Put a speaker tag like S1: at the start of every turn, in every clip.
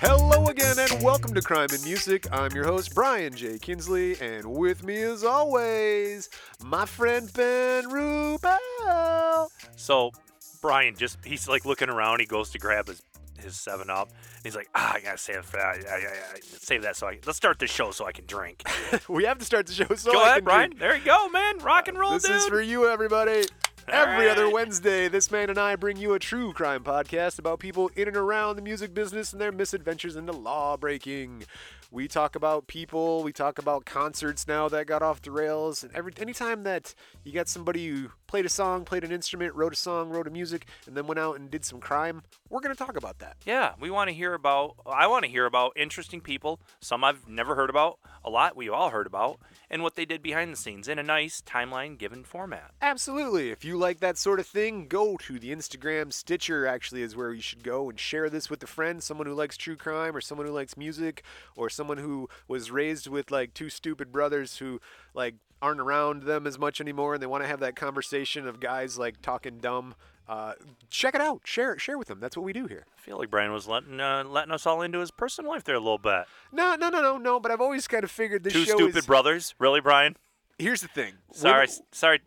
S1: Hello again, and welcome to Crime and Music. I'm your host, Brian J. Kinsley, and with me, as always, my friend Ben Rubel.
S2: So Brian just he's like looking around. He goes to grab his his seven up. And he's like, ah, I gotta save that. I, I, I- I- save that. So I, let's start the show so I can drink.
S1: We have to start the show, so
S2: go
S1: I
S2: ahead,
S1: can
S2: Brian.
S1: drink.
S2: There you go, man. Rock and roll,
S1: This
S2: dude.
S1: is for you, everybody.
S2: All
S1: Every other
S2: right.
S1: Wednesday, this man and I bring you a true crime podcast about people in and around the music business and their misadventures into law breaking. We talk about people, we talk about concerts now that got off the rails, and every anytime that you got somebody who played a song, played an instrument, wrote a song, wrote a music, and then went out and did some crime, we're gonna talk about that.
S2: yeah, we want to hear about. I want to hear about interesting people. Some I've never heard about. A lot we've all heard about, and what they did behind the scenes in a nice timeline given format.
S1: Absolutely. If you like that sort of thing, go to the Instagram. Stitcher actually is where you should go and share this with a friend, someone who likes true crime or someone who likes music or someone who was raised with like two stupid brothers who like aren't around them as much anymore and they want to have that conversation of guys like talking dumb. Uh, check it out. Share it. Share with them. That's what we do here.
S2: I feel like Brian was letting uh, letting us all into his personal life there a little bit.
S1: No, no, no, no, no. But I've always kind of figured this
S2: Two
S1: show
S2: stupid
S1: is.
S2: brothers, really, Brian?
S1: Here's the thing. We're
S2: Sorry,
S1: the-
S2: sorry.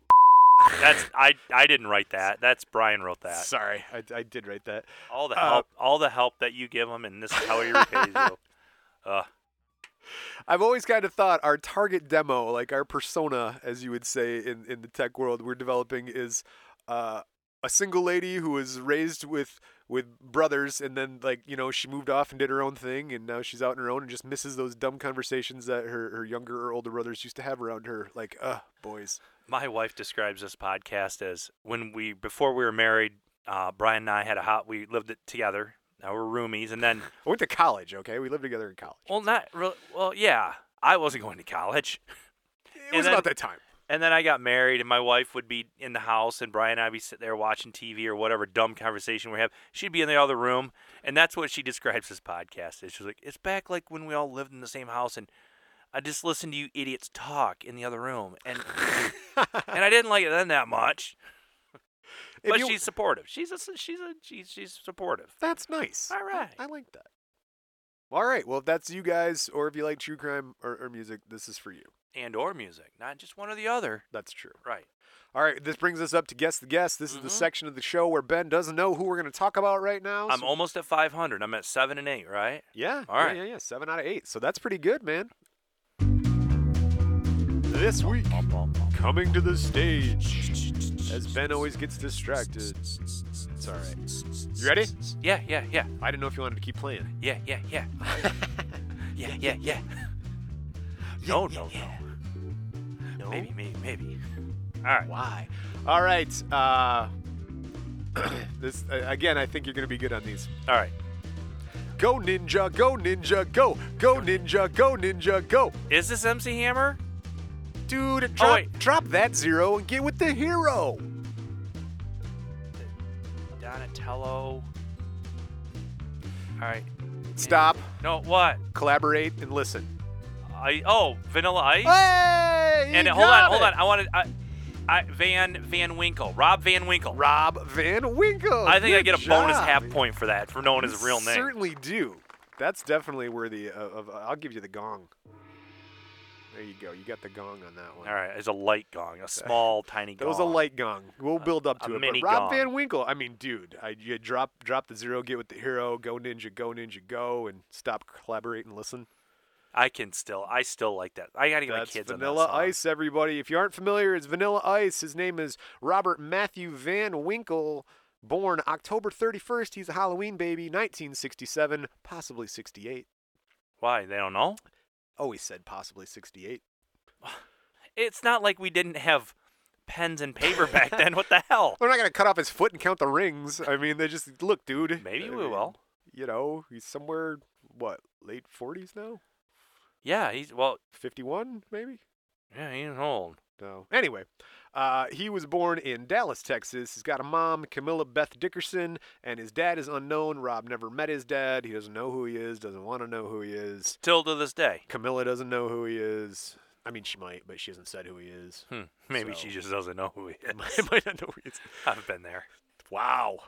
S2: That's I. I didn't write that. That's Brian wrote that.
S1: Sorry, I, I did write that.
S2: All the
S1: Uh,
S2: help, all the help that you give him, and this is how he repays you. Uh,
S1: I've always kind of thought our target demo, like our persona, as you would say in, in the tech world we're developing, is uh, a single lady who was raised with with brothers and then like you know she moved off and did her own thing and now she's out on her own and just misses those dumb conversations that her, her younger or older brothers used to have around her like uh boys
S2: my wife describes this podcast as when we before we were married. Uh, Brian and I had a hot. We lived it together. Now we're roomies, and then
S1: i went to college okay we lived together in college
S2: well, not really. Well, yeah, I wasn't going to college,
S1: it
S2: and
S1: was
S2: then-
S1: about that time
S2: and then I got married, and my wife would be in the house, and Brian and I'd be sitting there watching TV or whatever dumb conversation we have. She'd be in the other room, and that's what she describes this podcast. Is she's like, it's back like when we all lived in the same house, and I just listened to you idiots talk in the other room, and and I didn't like it then that much.
S1: If
S2: But
S1: you-
S2: she's supportive. She's a she's a she's, she's supportive.
S1: That's nice.
S2: All
S1: I-
S2: right.
S1: I, like that. All right. Well, if that's you guys, or if you like true crime or, or music, this is for you.
S2: And or music, not just one or the other.
S1: That's true.
S2: Right.
S1: All right. This brings us up to Guess the Guest. This is the
S2: Mhm.
S1: section of the show where Ben doesn't know who we're going to talk about right now.
S2: I'm
S1: so-
S2: almost at 500. I'm at seven and eight. Right.
S1: Yeah.
S2: All
S1: yeah,
S2: right.
S1: Yeah, yeah, Seven out of eight. So that's pretty good, man. This week,
S2: Bum, bum, bum.
S1: coming to the stage, as Ben always gets distracted. It's all right. You ready?
S2: Yeah. Yeah. Yeah.
S1: I didn't know if you wanted to keep playing.
S2: Yeah, yeah, yeah. yeah, yeah, yeah. No, no, no. Maybe, maybe, maybe. All right.
S1: Why? All right. Uh, this uh, again. I think you're gonna be good on these.
S2: All right.
S1: Go ninja, go ninja, go, go ninja, go ninja, go.
S2: Is this MC Hammer?
S1: Dude, drop,
S2: Oh, wait.
S1: drop that zero and get with the hero.
S2: Donatello. All right.
S1: Stop,
S2: No, what?
S1: collaborate, and listen.
S2: I oh, Vanilla Ice.
S1: Hey,
S2: and
S1: you
S2: hold on,
S1: got
S2: hold
S1: it.
S2: on. I wanted I, I Van Van Winkle, Rob Van Winkle.
S1: Rob Van Winkle.
S2: I think I
S1: good
S2: get a bonus
S1: job.
S2: half point for that for knowing his real name.
S1: Certainly do. That's definitely worthy of. of I'll give you the gong. There you go. You got the gong on that one.
S2: All right, it's a light gong, a small, tiny
S1: That
S2: gong.
S1: was a light gong. We'll build up
S2: a
S1: to it.
S2: mini
S1: but Rob
S2: gong.
S1: Van Winkle, I mean, dude, I, you drop drop the zero, get with the hero, go ninja, go ninja, go, and stop, collaborate, and listen.
S2: I can still, I still like that. I gotta get
S1: That's
S2: my kids
S1: Vanilla
S2: on that song.
S1: Ice, everybody. If you aren't familiar, it's Vanilla Ice. His name is Robert Matthew Van Winkle, born October 31st. He's a Halloween baby, 1967, possibly 68.
S2: Why they don't know?
S1: Always said possibly 68.
S2: It's not like we didn't have pens and paper back then. What the hell?
S1: They're not gonna cut off his foot and count the rings. I mean, they just look, dude.
S2: Maybe
S1: I
S2: we
S1: mean,
S2: will.
S1: You know, he's somewhere what late 40s now.
S2: Yeah, he's well.
S1: 51 maybe
S2: Yeah, he's old.
S1: no anyway uh, he was born in dallas texas he's got a mom camilla beth dickerson and his dad is unknown rob never met his dad he doesn't know who he is doesn't want to know who he is
S2: Still to this day.
S1: camilla doesn't know who he is i mean she might but she hasn't said who he is
S2: Hmm, maybe
S1: So-
S2: she just doesn't know who he
S1: I
S2: is.
S1: might not know who he is
S2: I've been there.
S1: wow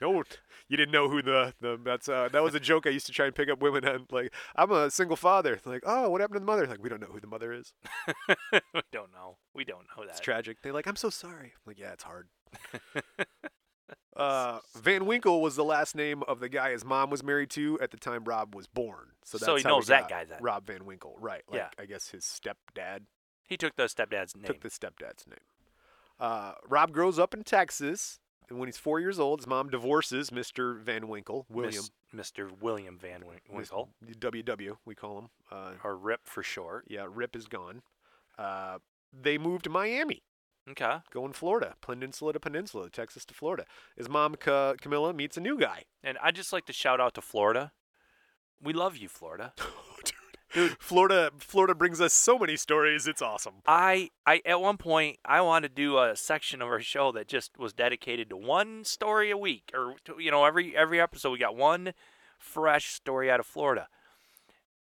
S1: No, you didn't know who the, the that's uh, that was a joke I used to try and pick up women on. Like, I'm a single father. Like, oh, what happened to the mother? Like, we don't know who the mother is.
S2: we don't know. We don't know that.
S1: It's tragic. They're like, I'm so sorry. I'm like, yeah, it's hard. uh, Van Winkle was the last name of the guy his mom was married to at the time Rob was born. So that's
S2: So he
S1: how we
S2: knows that
S1: got
S2: guy then.
S1: Rob Van Winkle, right? Like,
S2: Yeah.
S1: I guess his stepdad
S2: He took the stepdad's name.
S1: took the stepdad's name. Uh, Rob grows up in Texas, and when he's four years old, his mom divorces Mr. Van Winkle, William,
S2: Mis- Mr. William Van Win-
S1: Mis-
S2: Winkle,
S1: WW, we call him. Uh,
S2: or Rip for short.
S1: yeah, Rip is gone. Uh, they moved to Miami,
S2: Okay.
S1: going Florida, peninsula to peninsula, Texas to Florida. His mom, Ca- Camilla, meets a new guy.
S2: And I just like to shout out to Florida. We love you, Florida.
S1: Dude, Florida, Florida brings us so many stories. It's awesome.
S2: I, I at one point I wanted to do a section of our show that just was dedicated to one story a week, or to, you know every every episode we got one fresh story out of Florida,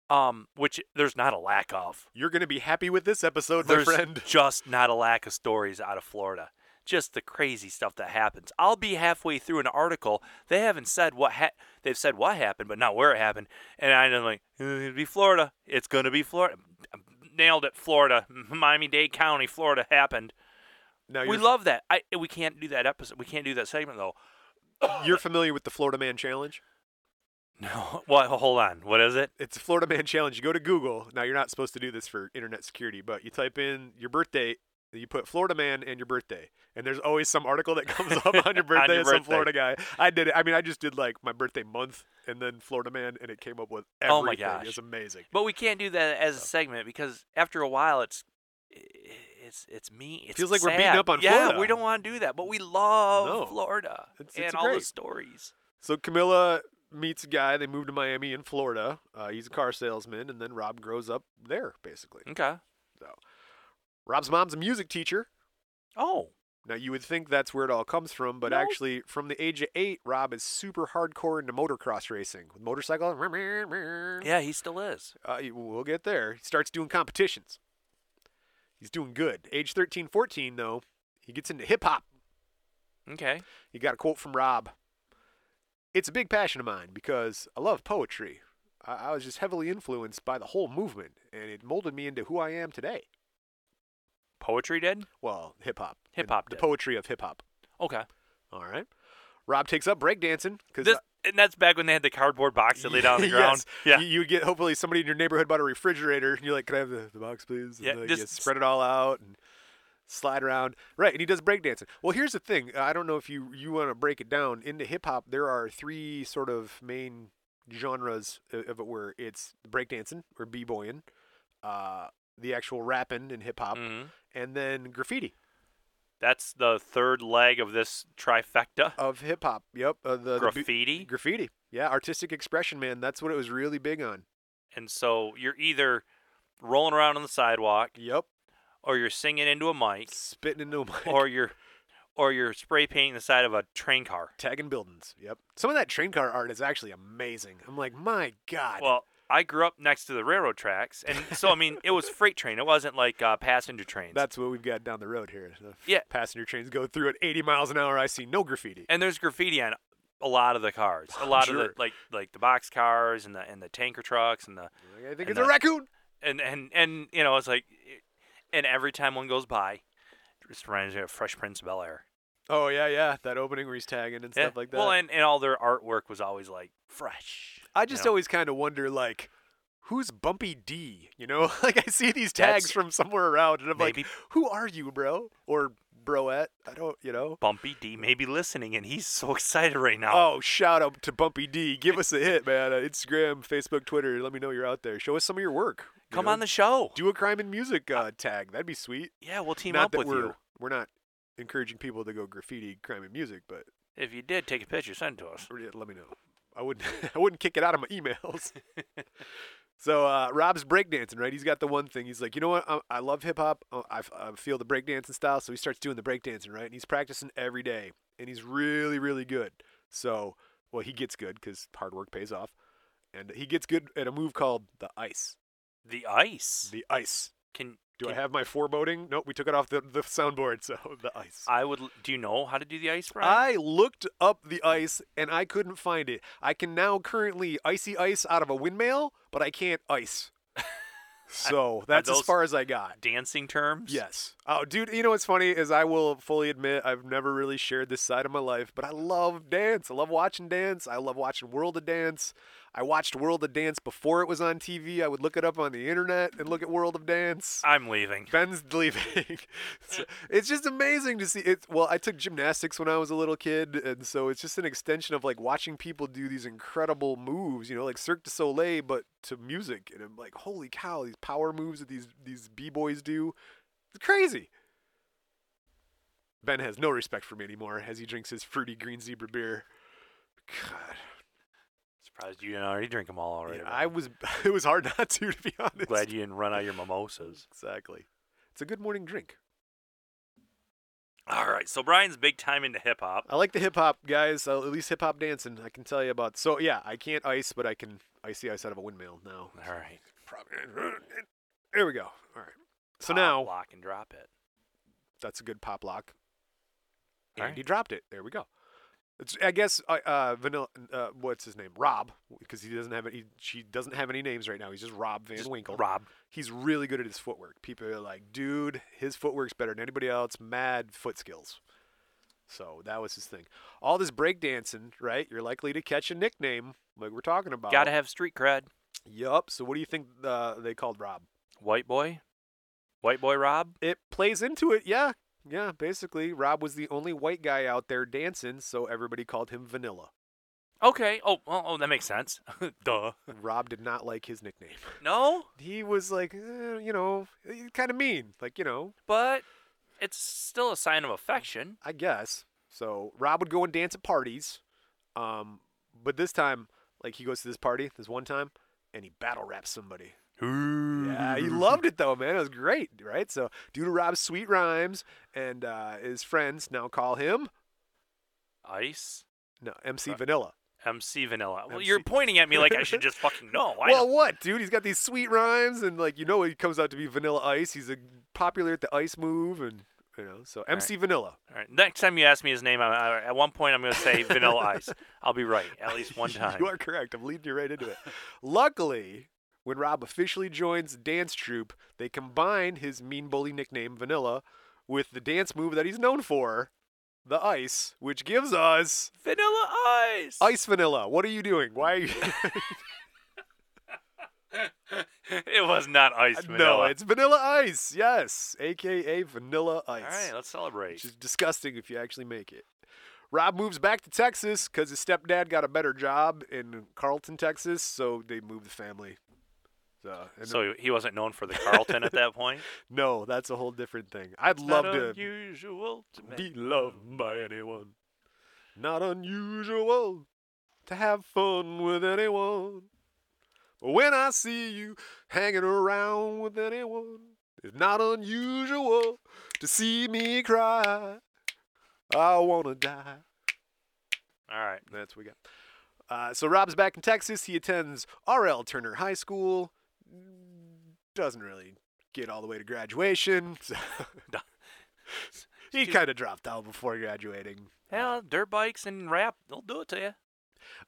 S2: um, which there's not a lack of.
S1: You're gonna be happy with this episode,
S2: There's
S1: my friend.
S2: just not a lack of stories out of Florida. Just the crazy stuff that happens. I'll be halfway through an article. They haven't said what ha- they've said what happened, but not where it happened. And I'm like, it'll be Florida. It's gonna be Florida. Nailed it, Florida, Miami Dade County, Florida happened.
S1: Now
S2: We
S1: you're,
S2: love that. I we can't do that episode. We can't do that segment though.
S1: you're familiar with the Florida Man Challenge.
S2: No. Well, hold on. What is it?
S1: it's a Florida Man challenge. You go to Google. Now you're not supposed to do this for internet security, but you type in your birthday. You put Florida man and your birthday, and there's always some article that comes up on your birthday
S2: On your
S1: of some
S2: birthday.
S1: Florida guy. I did it. I mean, I just did like my birthday month and then Florida man, and it came up with everything.
S2: Oh my gosh.
S1: It's amazing.
S2: But we can't do that as a segment because after a while, it's it's it's me. It's
S1: Feels like we're beating
S2: sad.
S1: up on
S2: yeah,
S1: Florida.
S2: we don't want to do that, but we love
S1: No.
S2: Florida
S1: It's-
S2: and
S1: it's
S2: all the
S1: great.
S2: stories.
S1: So Camilla meets a guy. They move to Miami in Florida. Uh, he's a car salesman, and then Rob grows up there basically.
S2: Okay.
S1: Rob's mom's a music teacher.
S2: Oh,
S1: Now you would think that's where it all comes from, but
S2: No.
S1: actually, from the age of eight, Rob is super hardcore into motocross racing with motorcycle.
S2: yeah, he still is.
S1: Uh, he- we'll get there. He starts doing competitions. He's doing good. Age 13, 14, though, he gets into hip hop.
S2: Okay.
S1: He got a quote from Rob. It's a big passion of mine because I love poetry. I, I was just heavily influenced by the whole movement, and it molded me into who I am today.
S2: Poetry did.
S1: Well, hip hop.
S2: Hip hop
S1: The
S2: did.
S1: poetry of hip hop.
S2: Okay.
S1: All right. Rob takes up breakdancing because
S2: This and that's back when they had the cardboard box that laid down on the
S1: uh, Yes.
S2: ground.
S1: You,
S2: Yeah.
S1: you would get hopefully somebody in your neighborhood bought a refrigerator, and you're like, "Can I have the, the box, please?" And
S2: Yeah,
S1: then you
S2: just-
S1: spread it all out and slide around. Right, and he does breakdancing. Well, here's the thing: I don't know if you you want to break it down into hip hop. There are three sort of main genres, i- if it were. It's breakdancing or b-boying, uh, the actual rapping in hip hop,
S2: hmm
S1: and then graffiti
S2: That's the third leg of this trifecta.
S1: of hip hop. Yep, uh, the, the bu-
S2: graffiti.
S1: graffiti. Yeah, artistic expression, man. That's what it was really big on.
S2: and so you're either rolling around on the sidewalk
S1: Yep,
S2: or you're singing into a mic
S1: spitting into a mic.
S2: or you're or you're spray painting the side of a train car.
S1: Tagging buildings. Yep. Some of that train car art is actually amazing. I'm like, my God.
S2: Well, I grew up next to the railroad tracks, and so I mean, it was freight train. It wasn't like uh, passenger trains.
S1: that's what we've got down the road here. The f-
S2: Yeah.
S1: Passenger trains go through at 80 miles an hour. I see no graffiti.
S2: and there's graffiti on a lot of the cars, a lot of
S1: Sure.
S2: the like like the box cars and the and the tanker trucks and the
S1: Like, I think
S2: and
S1: it's a
S2: that-
S1: raccoon.
S2: and and and you know it's like, and every time one goes by, it just reminds me of Fresh Prince of Bel Air.
S1: Oh, yeah, yeah. That opening where he's tagging and stuff like that.
S2: Well, and, and all their artwork was always like fresh.
S1: I
S2: you
S1: just
S2: know?
S1: always kind of wonder, like, who's Bumpy D? You know, like I see these tags
S2: That's-
S1: from somewhere around and I'm like,
S2: Maybe-
S1: who are you, bro? Or broette. I don't, you know.
S2: Bumpy D may be listening, and he's so excited right now.
S1: Oh, shout out to Bumpy D. Give us a hit, man. Uh, Instagram, Facebook, Twitter. Let me know you're out there. Show us some of your work. you
S2: Come
S1: know?
S2: on the show.
S1: do a crime and music uh, tag. That'd be sweet.
S2: yeah, we'll team
S1: not
S2: up
S1: that
S2: with
S1: we're
S2: you.
S1: we're not encouraging people to go graffiti crime and music, but
S2: If you did, take a picture, send it to us.
S1: or, yeah, let me know. I wouldn't I wouldn't kick it out of my emails. so uh, Rob's breakdancing, right? He's got the one thing. He's like, you know what? I, I love hip hop. Uh, I, f- I feel the breakdancing style. So he starts doing the breakdancing, right? And he's practicing every day, and he's really really good. So well, he gets good because hard work pays off, and he gets good at a move called the ice.
S2: The ice.
S1: The ice.
S2: Can
S1: Do I
S2: can-
S1: have my foreboding? Nope, we took it off the, the soundboard, so the ice.
S2: I would. l- Do you know how to do the ice, Brian?
S1: I looked up the ice and I couldn't find it. I can now currently icy ice out of a windmill, but I can't ice. So that's as
S2: those-
S1: far as I got.
S2: Dancing terms.
S1: Yes. Oh, dude, you know what's funny is I will fully admit I've never really shared this side of my life, but I love dance. I love watching dance. I love watching World of Dance. I watched World of Dance before it was on TV. I would look it up on the internet and look at World of Dance.
S2: I'm leaving.
S1: Ben's leaving. So, it's just amazing to see it. Well, I took gymnastics when I was a little kid, and so it's just an extension of like watching people do these incredible moves, you know, like Cirque du Soleil, but to music. And I'm like, holy cow, these power moves that these these b boys do, it's crazy. Ben has no respect for me anymore as he drinks his fruity green zebra beer. God,
S2: Surprised you didn't already drink them all already.
S1: yeah, I was it was hard not to, to be honest.
S2: glad you didn't run out of your mimosas.
S1: exactly. It's a good morning drink.
S2: All right. So Brian's big time into hip hop.
S1: I like the hip hop guys. Uh, at least hip hop dancing, I can tell you about. So yeah, I can't ice, but I can icy ice out of a windmill now.
S2: All right.
S1: Probably- There we go. All right. So
S2: Pop,
S1: now
S2: lock and drop it.
S1: that's a good pop lock.
S2: All
S1: And
S2: right.
S1: he dropped it. There we go. It's, I guess uh, uh, vanilla. Uh, what's his name? Rob, because he doesn't have any. She doesn't have any names right now. He's just Rob Van
S2: Just
S1: Winkle.
S2: Rob.
S1: He's really good at his footwork. People are like, dude, his footwork's better than anybody else. Mad foot skills. So that was his thing. All this breakdancing, right? You're likely to catch a nickname like we're talking about.
S2: Gotta have street cred.
S1: Yup. So what do you think uh, they called Rob?
S2: White boy. White boy Rob.
S1: It plays into it, yeah. Yeah, basically, Rob was the only white guy out there dancing, so everybody called him Vanilla.
S2: Okay. Oh, well, oh, that makes sense. Duh.
S1: Rob did not like his nickname.
S2: No,
S1: He was like, eh, you know, kind of mean. Like, you know,
S2: but it's still a sign of affection.
S1: I guess. So Rob would go and dance at parties, um, but this time, like he goes to this party this one time, and he battle raps somebody. Yeah, he loved it though, man. It was great, right? So due to Rob's sweet rhymes and uh, his friends now call him
S2: Ice.
S1: no MC
S2: Right.
S1: Vanilla.
S2: MC Vanilla. Well,
S1: MC.
S2: you're pointing at me like I should just fucking know. I
S1: well,
S2: know.
S1: what, dude? He's got these sweet rhymes, and like you know, he comes out to be Vanilla Ice. He's a popular at the ice move, and you know, so MC Vanilla.
S2: All right. Next time you ask me his name, I, I, at one point I'm going to say Vanilla Ice. I'll be right at least one time.
S1: you are correct. I'm leading you right into it. Luckily, when Rob officially joins dance troupe, they combine his mean bully nickname Vanilla with the dance move that he's known for, the ice, which gives us
S2: Vanilla Ice.
S1: Ice Vanilla. What are you doing? Why? Are you...
S2: it was not Ice Vanilla.
S1: no, it's Vanilla Ice. Yes, aka Vanilla Ice.
S2: All right, let's celebrate.
S1: which is disgusting if you actually make it. Rob moves back to Texas because his stepdad got a better job in Carlton, Texas, so they moved the family. So, and
S2: so he wasn't known for the Carlton at that point.
S1: No, that's a whole different thing. I'd
S2: It's
S1: love
S2: not
S1: to
S2: unusual to me.
S1: be loved by anyone. Not unusual to have fun with anyone. But when I see you hanging around with anyone, it's not unusual to see me cry. I wanna die.
S2: All right.
S1: That's what we got. Uh, so Rob's back in Texas. He attends R.L. Turner High School. Doesn't really get all the way to graduation. so-
S2: No.
S1: he kind of dropped out before graduating.
S2: Hell, dirt bikes and rap, they'll do it to you.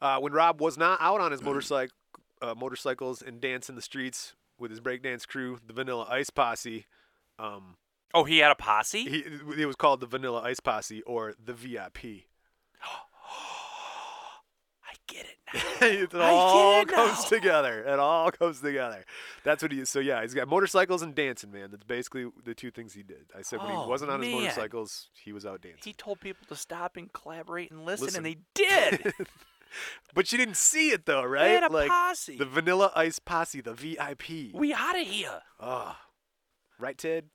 S1: Uh, when Rob was not out on his motorcycle, uh, motorcycles and dance in the streets with his breakdance crew, the Vanilla Ice Posse. Um,
S2: Oh, he had a posse?
S1: he, it was called the Vanilla Ice Posse or the VIP.
S2: I get it now.
S1: it
S2: I
S1: all
S2: did
S1: comes
S2: know.
S1: together. It all comes together. That's what he is. So yeah, he's got motorcycles and dancing, man. That's basically the two things he did. I said when he
S2: Oh,
S1: wasn't on his
S2: man.
S1: motorcycles, he was out dancing.
S2: He told people to stop and collaborate and listen,
S1: Listen.
S2: and they did.
S1: But you didn't see it though,
S2: They
S1: right?
S2: had a
S1: like
S2: posse.
S1: the Vanilla Ice Posse, the VIP.
S2: we out of here.
S1: Ah, right, Ted.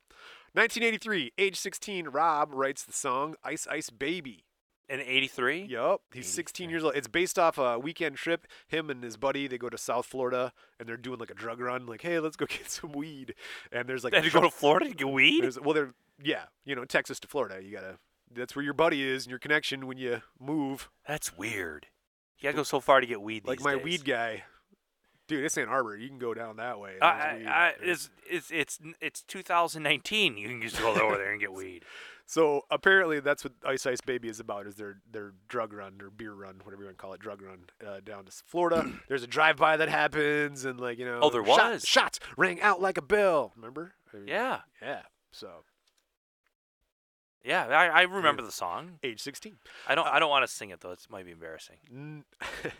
S1: 1983, age 16, Rob writes the song "Ice Ice Baby."
S2: In 83?
S1: Yup, he's 16 years old. It's based off a weekend trip. Him and his buddy, they go to South Florida and they're doing like a drug run. Like, hey, let's go get some weed. And there's like
S2: They
S1: a
S2: had to go
S1: truck-
S2: to Florida to get weed?
S1: there's- well, they're yeah, you know, Texas to Florida. You gotta. That's where your buddy is and your connection when you move.
S2: That's weird. You gotta go so far to get weed
S1: Like
S2: these
S1: my
S2: days.
S1: weed guy Dude, it's Ann Arbor. You can go down that way.
S2: I,
S1: There's weed.
S2: I, I, it's it's it's it's 2019. You can just go over there and get weed.
S1: so apparently that's what Ice Ice Baby is about is their their drug run or beer run, whatever you want to call it, drug run uh, down to Florida. There's a drive by that happens and like, you know,
S2: Oh, there
S1: shot-
S2: was.
S1: shots rang out like a bell. Remember? I mean,
S2: Yeah,
S1: Yeah. So
S2: yeah. I, I remember the song.
S1: age 16.
S2: I don't I don't want to sing it though. It might be embarrassing.
S1: N-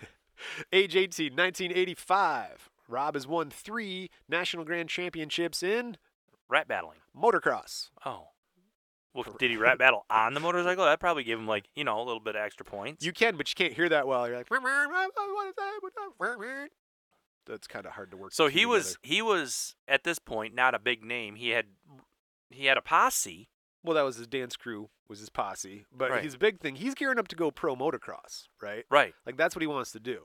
S1: Age 18, 1985. Rob has won three national grand championships in
S2: Rat battling.
S1: motocross.
S2: Oh. Well, did he rat battle on the motorcycle? That probably gave him like you know a little bit of extra points.
S1: You can, but you can't hear that well. You're like, "Wah, wah, wah, wah, wah, wah, wah." that's kind of hard to work.
S2: so
S1: the two
S2: he was
S1: together.
S2: he was at this point not a big name. He had he had a posse.
S1: well. That was his dance crew, was his posse. But
S2: Right.
S1: his big thing, he's gearing up to go pro motocross, right?
S2: Right.
S1: Like that's what he wants to do.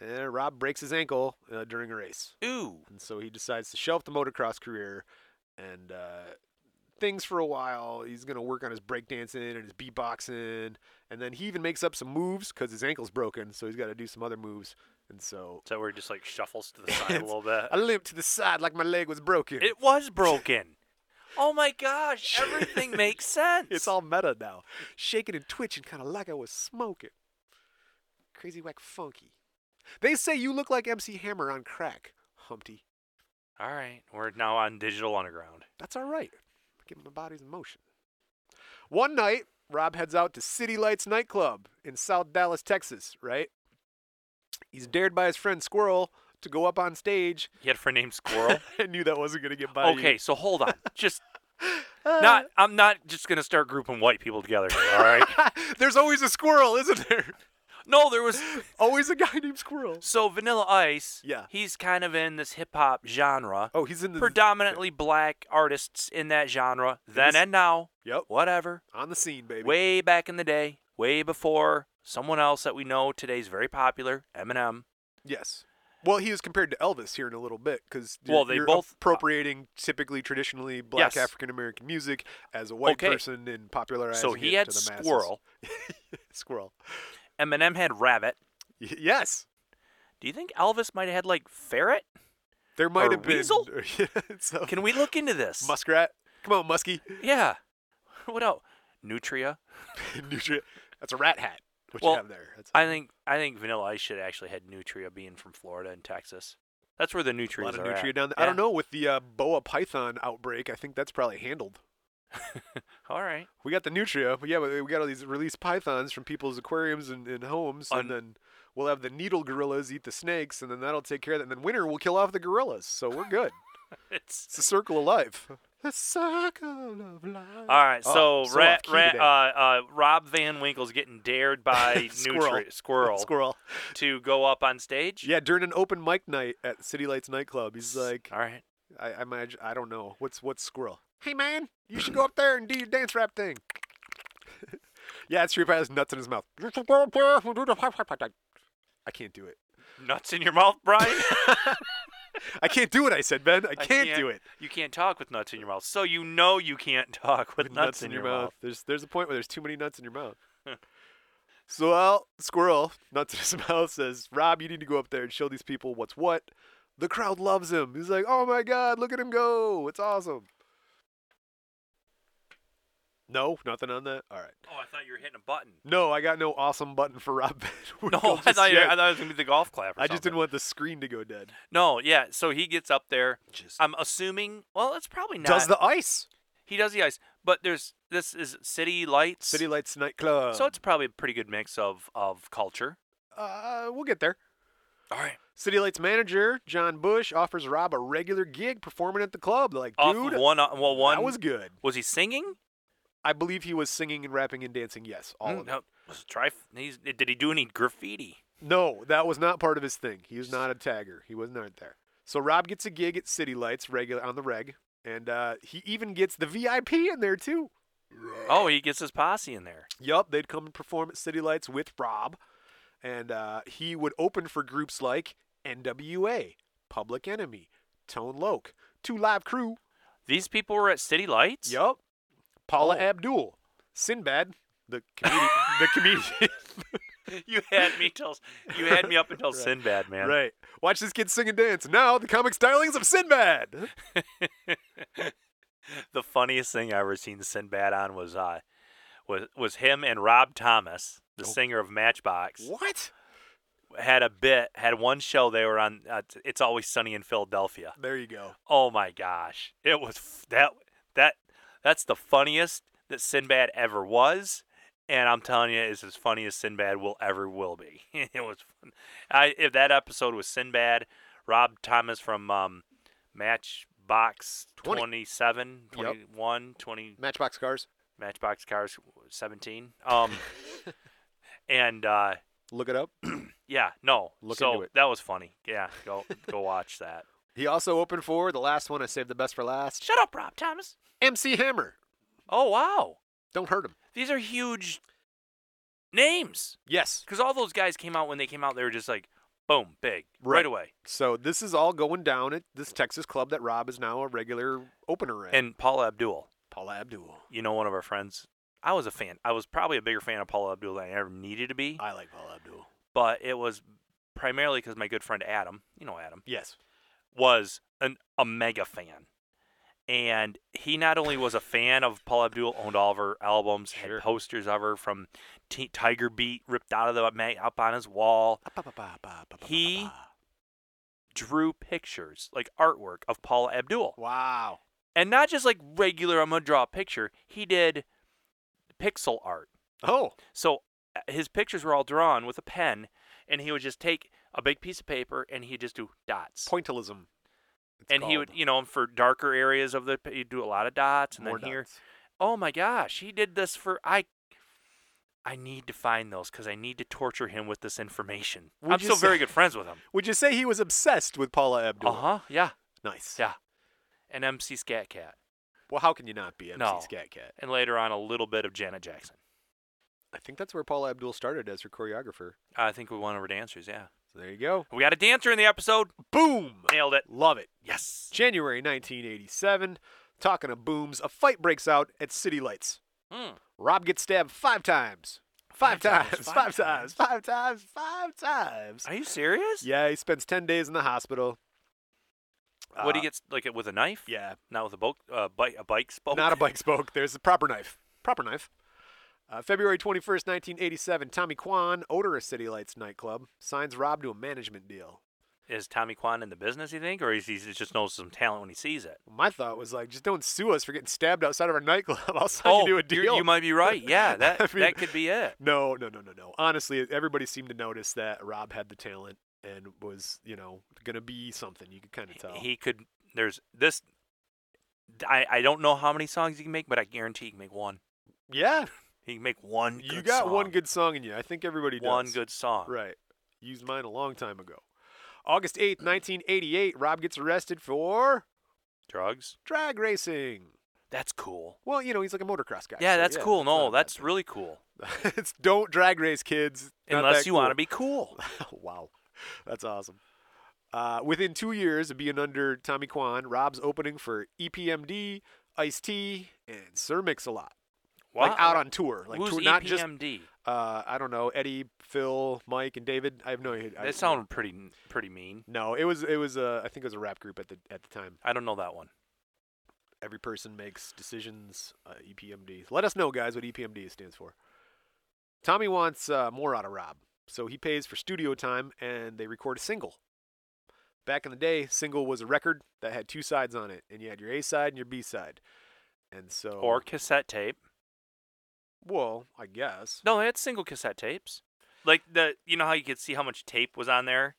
S1: And Rob breaks his ankle uh, during a race.
S2: Ooh.
S1: and so he decides to shelf the motocross career and uh, things for a while. He's gonna work on his breakdancing and his beatboxing, and then he even makes up some moves because his ankle's broken, so he's got to do some other moves. And so
S2: So where he just like shuffles to the side a
S1: It's-
S2: little bit.
S1: I limped to the side like my leg was broken.
S2: It was broken. Oh my gosh! Everything makes sense.
S1: it's all meta now, shaking and twitching, kind of like I was smoking. Crazy whack funky. They say you look like MC Hammer on crack, Humpty.
S2: all right. We're now on digital underground.
S1: That's all right. Give my body's motion. One night, Rob heads out to City Lights nightclub in South Dallas, Texas, right? He's dared by his friend Squirrel to go up on stage.
S2: He had a friend named Squirrel.
S1: I knew that wasn't going to get by. you. Ah.
S2: okay, so hold on. Just not. I'm not just gonna start grouping white people together. Here, all right.
S1: There's always a squirrel, isn't there?
S2: No, there was
S1: Always a guy named Squirrel.
S2: so Vanilla Ice.
S1: Yeah.
S2: He's kind of in this hip hop genre.
S1: Oh, he's in the
S2: Predominantly black artists in that genre. Then
S1: was-
S2: and now.
S1: Yep,
S2: Whatever.
S1: on the scene, baby.
S2: Way back in the day. Way before someone else that we know today is very popular, Eminem.
S1: Yes. Well, he was compared to Elvis here in a little bit because
S2: Well, they
S1: you're
S2: both- uh,
S1: appropriating typically traditionally black
S2: Yes.
S1: African American music as a white
S2: Okay.
S1: person and popularizing
S2: So he
S1: it
S2: had
S1: to the masses.
S2: Squirrel.
S1: Squirrel.
S2: Eminem had Rabbit.
S1: Y- yes,
S2: Do you think Elvis might have had like Ferret?
S1: there might
S2: Or
S1: have been
S2: weasel?
S1: so,
S2: Can we look into this?
S1: muskrat. Come on, muskie.
S2: Yeah. What else? Nutria.
S1: Nutria. That's a rat hat. What
S2: Well,
S1: you have there? That's
S2: I think I think Vanilla Ice should actually had Nutria being from Florida and Texas. That's where
S1: a
S2: the
S1: lot
S2: Nutrias
S1: of
S2: are at.
S1: nutria down there. I don't know with the uh, boa python outbreak. I think that's probably handled.
S2: All right.
S1: We got the nutria. But yeah, we we got all these released pythons from people's aquariums and, and homes,
S2: Un-
S1: and then we'll have the needle gorillas eat the snakes, and then that'll take care of that. And then winter will kill off the gorillas, so we're good.
S2: It's
S1: it's the circle of life. The circle of life.
S2: all right.
S1: Oh,
S2: So,
S1: so
S2: Ra-
S1: off key
S2: Ra-
S1: today.
S2: uh, uh, Rob Van Winkle's getting dared by
S1: Squirrel.
S2: Nutria squirrel,
S1: Squirrel.
S2: to go up on stage.
S1: Yeah, during an open mic night at City Lights nightclub, he's like,
S2: All right.
S1: I, I imagine, I don't know, what's what's squirrel? Hey man, you should go up there and do your dance rap thing. yeah, it's Street Fighter has nuts in his mouth. I can't do it.
S2: Nuts in your mouth, Brian.
S1: I can't do it. I said, Ben. I can't, do it.
S2: You can't talk with nuts in your mouth. So you know you can't talk with, nuts, in, your mouth.
S1: There's there's a point where there's too many nuts in your mouth. so well, squirrel nuts in his mouth says, Rob, you need to go up there and show these people what's what. The crowd loves him. He's like, oh my god, look at him go. It's awesome. No, nothing on that. All right.
S2: Oh, I thought you were hitting a button.
S1: No, I got no awesome button for Rob. Van Winkle
S2: No, I
S1: just
S2: thought, you, I
S1: yet.
S2: thought it was gonna be the golf clap. Or
S1: I just
S2: something.
S1: didn't want the screen to go dead.
S2: No, yeah. So he gets up there.
S1: Just
S2: I'm assuming. Well, it's probably not.
S1: does the ice.
S2: He does the ice, but there's this is city lights.
S1: City uh, Lights nightclub.
S2: So it's probably a pretty good mix of of culture.
S1: uh, we'll get there.
S2: All right.
S1: City Lights manager John Bush offers Rob a regular gig performing at the club. They're like,
S2: Off
S1: dude,
S2: of one. uh, Well, one
S1: that was good.
S2: was he singing?
S1: I believe he was singing and rapping and dancing. Yes, all
S2: Mm,
S1: of it.
S2: no, was it tri- he's, did he do any graffiti?
S1: No, that was not part of his thing. He was not a tagger. He was not there. So Rob gets a gig at City Lights regular on the reg, and uh, he even gets the VIP in there too.
S2: Oh, he gets his posse in there.
S1: Yup, they'd come and perform at City Lights with Rob, and uh, he would open for groups like N.W.A., Public Enemy, Tone Loc, Two Live Crew,
S2: These people were at City Lights.
S1: Yep. Paula
S2: Oh.
S1: Abdul, Sinbad, the comedian, the comedian,
S2: you had me till you had me up until Sinbad, man.
S1: Right. Watch this kid sing and dance. Now the comic stylings of Sinbad.
S2: The funniest thing I ever seen Sinbad on was uh was was him and Rob Thomas, the singer of Matchbox,
S1: Oh. What?
S2: had a bit had one show they were on. Uh, it's always sunny in Philadelphia.
S1: There you go.
S2: Oh my gosh, it was f- that that that's the funniest that Sinbad ever was, and I'm telling you, it's as funny as Sinbad will ever will be. it was, fun. I if that episode was Sinbad, Rob Thomas from um, Matchbox
S1: 20.
S2: 27,
S1: Yep.
S2: 21, 20
S1: Matchbox cars.
S2: Matchbox Cars 17, um, and uh,
S1: Look it up.
S2: yeah, no,
S1: Look
S2: so
S1: into it.
S2: that was funny. Yeah, go go watch that.
S1: He also opened for the last one. I saved the best for last.
S2: Shut up, Rob Thomas.
S1: MC Hammer.
S2: Oh wow.
S1: Don't hurt him.
S2: these are huge names
S1: Yes.
S2: because all those guys came out when they came out they were just like boom big right,
S1: Right.
S2: away
S1: So this is all going down at this Texas club that Rob is now a regular opener at.
S2: and paula abdul
S1: Paula Abdul.
S2: you know one of our friends i was a fan i was probably a bigger fan of paula abdul than i ever needed to be
S1: I like Paula Abdul.
S2: but it was primarily because my good friend adam you know adam
S1: Yes.
S2: was an, a mega fan and he not only was a fan of Paula Abdul, owned all of her albums,
S1: Sure.
S2: had posters of her from T- Tiger Beat ripped out of the mag up on his wall. He- drew pictures, like artwork of Paula Abdul.
S1: Wow.
S2: And not just like regular, I'm going to draw a picture. He did pixel art.
S1: Oh.
S2: So uh, his pictures were all drawn with a pen, and he would just take a big piece of paper and he'd just do dots.
S1: Pointillism. it's
S2: and he would,
S1: called.
S2: you know, for darker areas of the, p- he'd do a lot of dots. And
S1: More
S2: then here,
S1: dots.
S2: oh my gosh, he did this for, I. I need to find those because I need to torture him with this information.
S1: Would
S2: I'm
S1: you
S2: still
S1: say-
S2: very good friends with him.
S1: Would you say he was obsessed with Paula Abdul?
S2: Uh huh. Yeah.
S1: Nice.
S2: Yeah. And MC Scat Cat.
S1: Well, how can you not be MC
S2: No.
S1: Scat Cat?
S2: and later on a little bit of Janet Jackson.
S1: I think that's where Paula Abdul started as her choreographer.
S2: I think we won over dancers, yeah.
S1: So there you go.
S2: We got a dancer in the episode.
S1: Boom.
S2: Nailed it.
S1: Love it.
S2: Yes.
S1: January 1987. Talking of booms, a fight breaks out at City Lights.
S2: Hmm.
S1: Rob gets stabbed five times. Five,
S2: Five
S1: times, Five
S2: times, five
S1: times.
S2: times.
S1: Five times. Five times.
S2: Are you serious?
S1: Yeah, he spends 10 days in the hospital.
S2: What do
S1: Uh,
S2: you get? Like it with a knife?
S1: Yeah.
S2: Not with a bo- uh, bike. A bike spoke.
S1: Not a bike spoke. There's a proper knife. Proper knife. Uh, February 21st, 1987, Tommy Kwan, owner of City Lights nightclub, signs Rob to a management deal.
S2: Is Tommy Kwan in the business? You think, or is he he just knows some talent when he sees it?
S1: My thought was like, just don't sue us for getting stabbed outside of our nightclub. I'll sign you to a
S2: Oh, you're-
S1: deal.
S2: you might be right. Yeah, that
S1: I mean-
S2: that could be it.
S1: No, no, no, no, no. Honestly, everybody seemed to notice that Rob had the talent and was, you know, gonna be something. You could kind of tell.
S2: He could. There's this. I I don't know how many songs he can make, but I guarantee he can make one.
S1: yeah,
S2: He can make one.
S1: you
S2: good
S1: got one
S2: song.
S1: good song in you. I think everybody does.
S2: One good song.
S1: Right. Used mine a long time ago. August 8th, 1988, Rob gets arrested for
S2: Drugs.
S1: drag racing.
S2: That's cool.
S1: Well, you know, he's like a motocross guy.
S2: Yeah,
S1: so
S2: that's
S1: not
S2: cool. No,
S1: a bad
S2: that's really cool.
S1: thing. it's don't drag race kids
S2: Unless you want to be cool.
S1: wow. That's awesome. Uh, within two years of being under Tommy Kwan, Rob's opening for E EPMD, Ice T, and Sir Mix a lot. Like out on tour. Like
S2: Who's E
S1: tour, not just
S2: EPMD?
S1: uh, I don't know, Eddie, Phil, Mike, and David. I have no idea.
S2: That sounded pretty pretty mean.
S1: No, it was it was uh, I think it was a rap group at the at the time.
S2: I don't know that one.
S1: Every person makes decisions. Uh, EPMD. Let us know, guys, what E EPMD stands for. Tommy wants uh, more out of Rob, so he pays for studio time, and they record a single. Back in the day, single was a record that had two sides on it, and you had your A side and your B side, and so
S2: Or cassette tape.
S1: well, I guess.
S2: No, they had single cassette tapes. Like the you know how you could see how much tape was on there?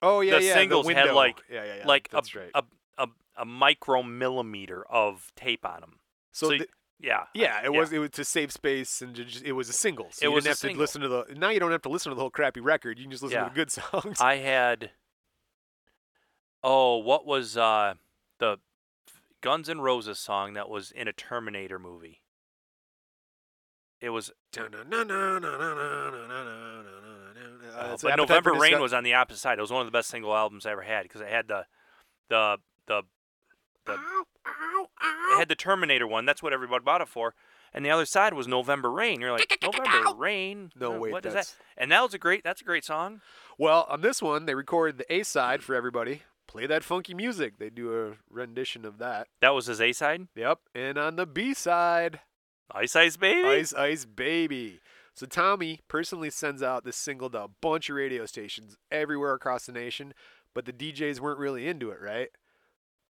S1: Oh yeah,
S2: the
S1: yeah.
S2: singles
S1: the
S2: had,
S1: window.
S2: like-
S1: yeah, yeah, yeah,
S2: like a,
S1: that's right.
S2: a a a micromillimeter of tape on them.
S1: so
S2: so
S1: th-
S2: you- Yeah.
S1: Yeah, it was it was to save space and to just, it was a single. So
S2: It
S1: you
S2: was
S1: didn't
S2: a
S1: have to
S2: single.
S1: listen to the now you don't have to listen to the whole crappy record. You can just listen
S2: Yeah.
S1: to the good songs.
S2: I had Oh, what was uh the Guns N' Roses song that was in a Terminator movie? It was
S1: Uh,
S2: Uh,
S1: it's
S2: but
S1: Appetite
S2: November
S1: for
S2: Rain
S1: Disgu-
S2: was on the opposite side. It was one of the best single albums I ever had because it had the, the the the it had the Terminator one. That's what everybody bought it for. and the other side was November Rain. You're like November Rain.
S1: No,
S2: Huh,
S1: wait,
S2: What is that?
S1: that's-
S2: And that was a great. That's a great song.
S1: Well, on this one, they recorded the A side for everybody. Play that funky music. They do a rendition of that.
S2: That was his A side.
S1: Yep. And on the B side,
S2: Ice Ice Baby.
S1: Ice Ice Baby. So Tommy personally sends out this single to a bunch of radio stations everywhere across the nation, but the DJs weren't really into it, right?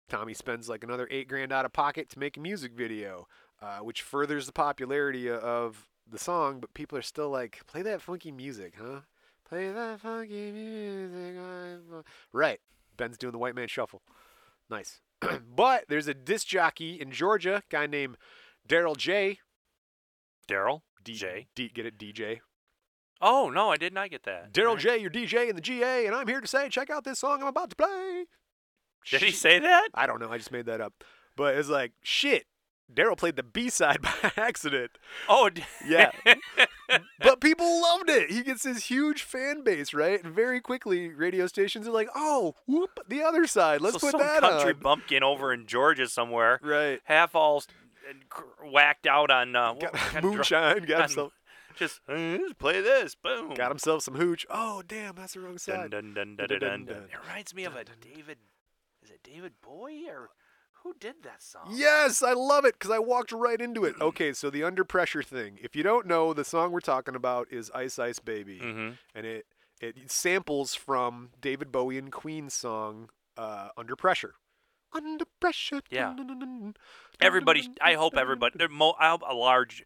S1: Tommy spends like another eight grand out of pocket to make a music video, uh, which furthers the popularity of the song, but people are still like, play that funky music, huh? Play that funky music. I'm-" Right. Ben's doing the white man shuffle. Nice. but there's a disc jockey in Georgia, guy named Daryl J,
S2: Daryl.
S1: D-
S2: J.
S1: D- get it, DJ.
S2: Oh no, I did not get that.
S1: Daryl J, your DJ in the GA, and I'm here to say, check out this song I'm about to play.
S2: Did he
S1: Shit.
S2: say that?
S1: I don't know. I just made that up. But it's like, shit. Daryl played the B side by accident.
S2: Oh, d-
S1: Yeah. but people loved it. He gets this huge fan base, right? And very quickly, radio stations are like, oh, whoop, the other side. Let's
S2: so
S1: put
S2: some
S1: that uh,
S2: country
S1: on.
S2: bumpkin over in Georgia somewhere,
S1: Right.
S2: half all s- and cr- whacked out on uh, what
S1: Got-
S2: kind of drug-
S1: moonshine. Got
S2: on-
S1: himself,
S2: Just, uh, just play this, boom.
S1: got himself some hooch. Oh, damn, that's the wrong
S2: Dun,
S1: side.
S2: dun, dun, dun,
S1: Dun, dun,
S2: dun, dun,
S1: dun.
S2: It reminds me of
S1: Dun,
S2: a
S1: dun, dun.
S2: David. Is it David Bowie or who did that song?
S1: Yes, I love it because I walked right into it. Okay, so the under pressure thing. If you don't know, the song we're talking about is Ice Ice Baby,
S2: Mm-hmm.
S1: and it it samples from David Bowie and Queen's song uh, Under Pressure. Under pressure.
S2: Yeah.
S1: dun-dun-dun-dun,
S2: Everybody, I hope
S1: dun-dun-dun-dun-dun.
S2: everybody, there mo- I hope a large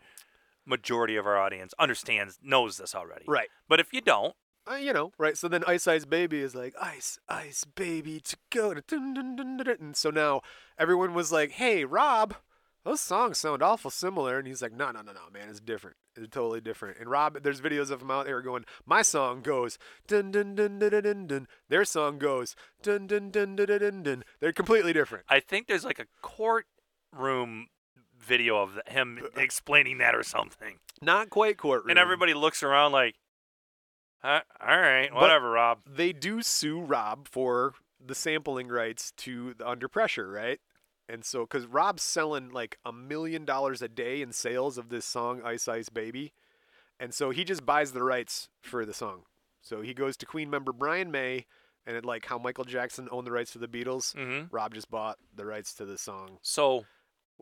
S2: majority of our audience understands, knows this already.
S1: Right.
S2: But if you don't,
S1: Uh, you know, right? So then Ice Ice Baby is like, Ice Ice Baby to go. to dun dun dun dun dun." And so now everyone was like, hey, Rob, those songs sound awful similar. And he's like, no, no, no, no, man, it's different. It's totally different. And Rob, there's videos of him out there going, my song goes dun dun dun dun dun dun. dun. Their song goes dun dun dun dun dun dun dun. They're completely different.
S2: I think there's like a courtroom video of him explaining that or something.
S1: Not quite courtroom.
S2: And everybody looks around like, "Uh, all right,
S1: But-
S2: whatever, Rob.
S1: they do sue Rob for the sampling rights to the Under Pressure, right? And so, because Rob's selling like a million dollars a day in sales of this song, Ice Ice Baby. And so he just buys the rights for the song. So he goes to Queen member Brian May, and it like how Michael Jackson owned the rights to the Beatles.
S2: Mm-hmm.
S1: Rob just bought the rights to the song.
S2: So,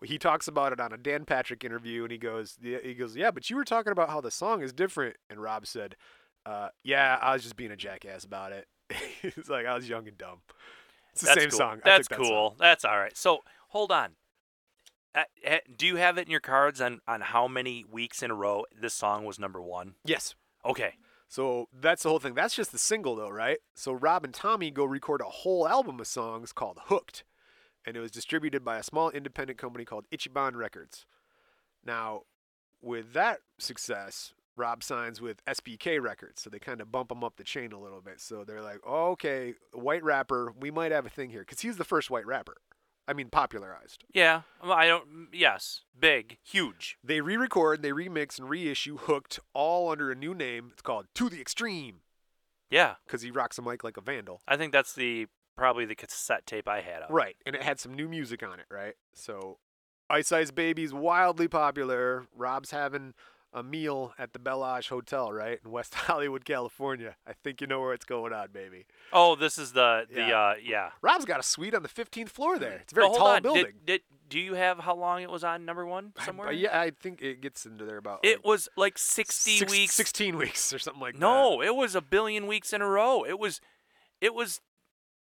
S1: He talks about it on a Dan Patrick interview, and he goes, yeah- he goes, yeah, but you were talking about how the song is different, and Rob said, uh, yeah, I was just being a jackass about it. He's like, I was young and dumb. It's the
S2: that's
S1: same
S2: cool.
S1: song. I
S2: That's
S1: took that song.
S2: cool. That's all right. So, hold on. Uh, eh, Do you have it in your cards on, on how many weeks in a row this song was number one?
S1: Yes.
S2: Okay.
S1: So that's the whole thing. That's just the single, though, right? So Rob and Tommy go record a whole album of songs called Hooked, and it was distributed by a small independent company called Ichiban Records. Now, with that success, Rob signs with SBK Records, so they kind of bump him up the chain a little bit. So they're like, oh, okay, white rapper, we might have a thing here, because he's the first white rapper. I mean, popularized.
S2: Yeah. Well, I don't. mm, Yes. Big. Huge.
S1: They re record, they remix, and reissue Hooked all under a new name. It's called To the Extreme,
S2: Yeah.
S1: because he rocks a mic like a vandal.
S2: I think that's the probably the cassette tape I had of. it.
S1: Right, and it had some new music on it, right? So Ice Ice Baby's wildly popular. Rob's having a meal at the Bellage Hotel, right, in West Hollywood, California. I think you know where it's going on, baby.
S2: Oh, this is the the
S1: Yeah.
S2: uh yeah.
S1: Rob's got a suite on the 15th floor there. It's a very
S2: No, hold
S1: tall
S2: on. Did-
S1: building.
S2: Did, do you have how long it was on number one
S1: I-
S2: somewhere?
S1: I- yeah, I think it gets into there about
S2: It
S1: like,
S2: was like 60
S1: six-
S2: weeks.
S1: 16 weeks or something like that.
S2: no, it was a billion weeks in a row. It was, it was,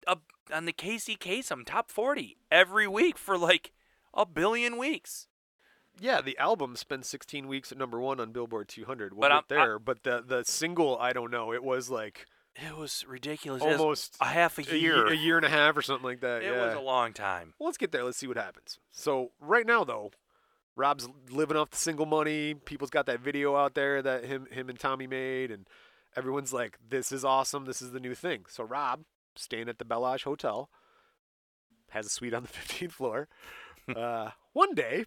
S2: up on the Casey Kasem top 40 every week for like a billion weeks.
S1: Yeah, the album spent 16 weeks at number one on Billboard 200. We'll
S2: But
S1: get
S2: I'm- I-
S1: there, but the the single, I don't know, it was like
S2: It was ridiculous. It was
S1: almost
S2: a half a
S1: a ye-
S2: year.
S1: a year and a half or something like that.
S2: It
S1: yeah.
S2: was a long time.
S1: Well, let's get there. Let's see what happens. So right now, though, Rob's living off the single money. People's got that video out there that him, him and Tommy made, and everyone's like, "This is awesome. This is the new thing." So Rob, staying at the Bellage Hotel, has a suite on the 15th floor. uh, one day,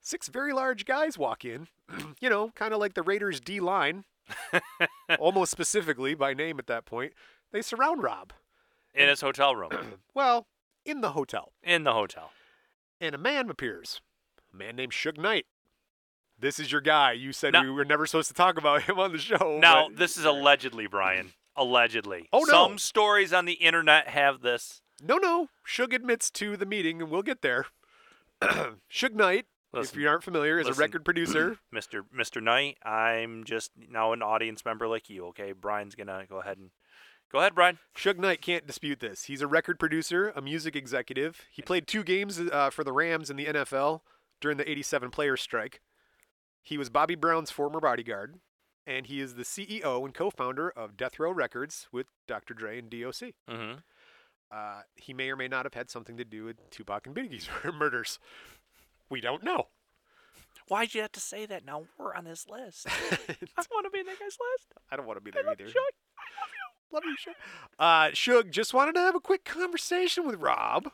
S1: six very large guys walk in. you know, kind of like the Raiders D line, almost specifically by name at that point. They surround Rob.
S2: In his hotel room.
S1: Well, in the hotel
S2: In the hotel.
S1: and a man appears. A man named Suge Knight. this is your guy. You said
S2: No.
S1: we were never supposed to talk about him on the show.
S2: Now,
S1: but-
S2: this is allegedly, Brian. Allegedly.
S1: Oh, no.
S2: Some stories on the internet have this.
S1: no, no. Suge admits to the meeting, and we'll get there. Suge Knight,
S2: Listen,
S1: if you aren't familiar, is
S2: Listen.
S1: a record producer.
S2: Mr. Mr. Knight, I'm just now an audience member like you, okay? Brian's going to go ahead and Go ahead, Brian.
S1: Suge Knight can't dispute this. He's a record producer, a music executive. He played two games uh, for the Rams in the NFL during the 87 player strike. He was Bobby Brown's former bodyguard, and he is the CEO and co founder of Death Row Records with Dr. Dre and DOC.
S2: Mm-hmm.
S1: Uh, he may or may not have had something to do with Tupac and Biggie's murders. We don't know.
S2: Why'd you have to say that? Now we're on this list. I want to be in that guy's list.
S1: I don't want to be
S2: I
S1: there
S2: love
S1: either.
S2: Shug.
S1: Love you, Shug. Uh, Shug just wanted to have a quick conversation with Rob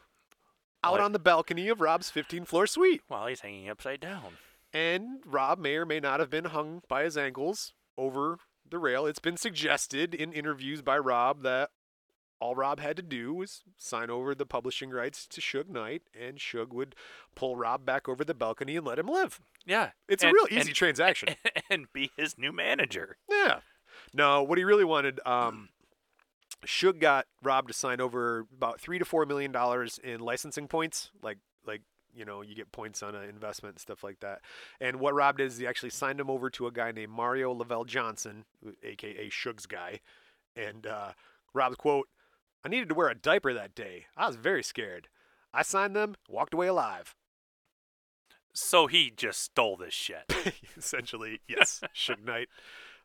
S1: out
S2: What?
S1: on the balcony of Rob's 15th floor suite.
S2: Well, he's hanging upside down.
S1: And Rob may or may not have been hung by his ankles over the rail. It's been suggested in interviews by Rob that all Rob had to do was sign over the publishing rights to Suge Knight, and Suge would pull Rob back over the balcony and let him live.
S2: Yeah.
S1: It's a
S2: And-
S1: real easy
S2: and-
S1: transaction.
S2: and be his new manager.
S1: Yeah. No, what he really wanted, um, Suge got Rob to sign over about three to four million dollars in licensing points, like like you know you get points on an investment and stuff like that. And what Rob did is he actually signed him over to a guy named Mario Lavelle Johnson, who- aka Suge's guy. And uh, Rob's quote: "I needed to wear a diaper that day. I was very scared. I signed them, walked away alive."
S2: So he just stole this shit.
S1: essentially yes Suge Knight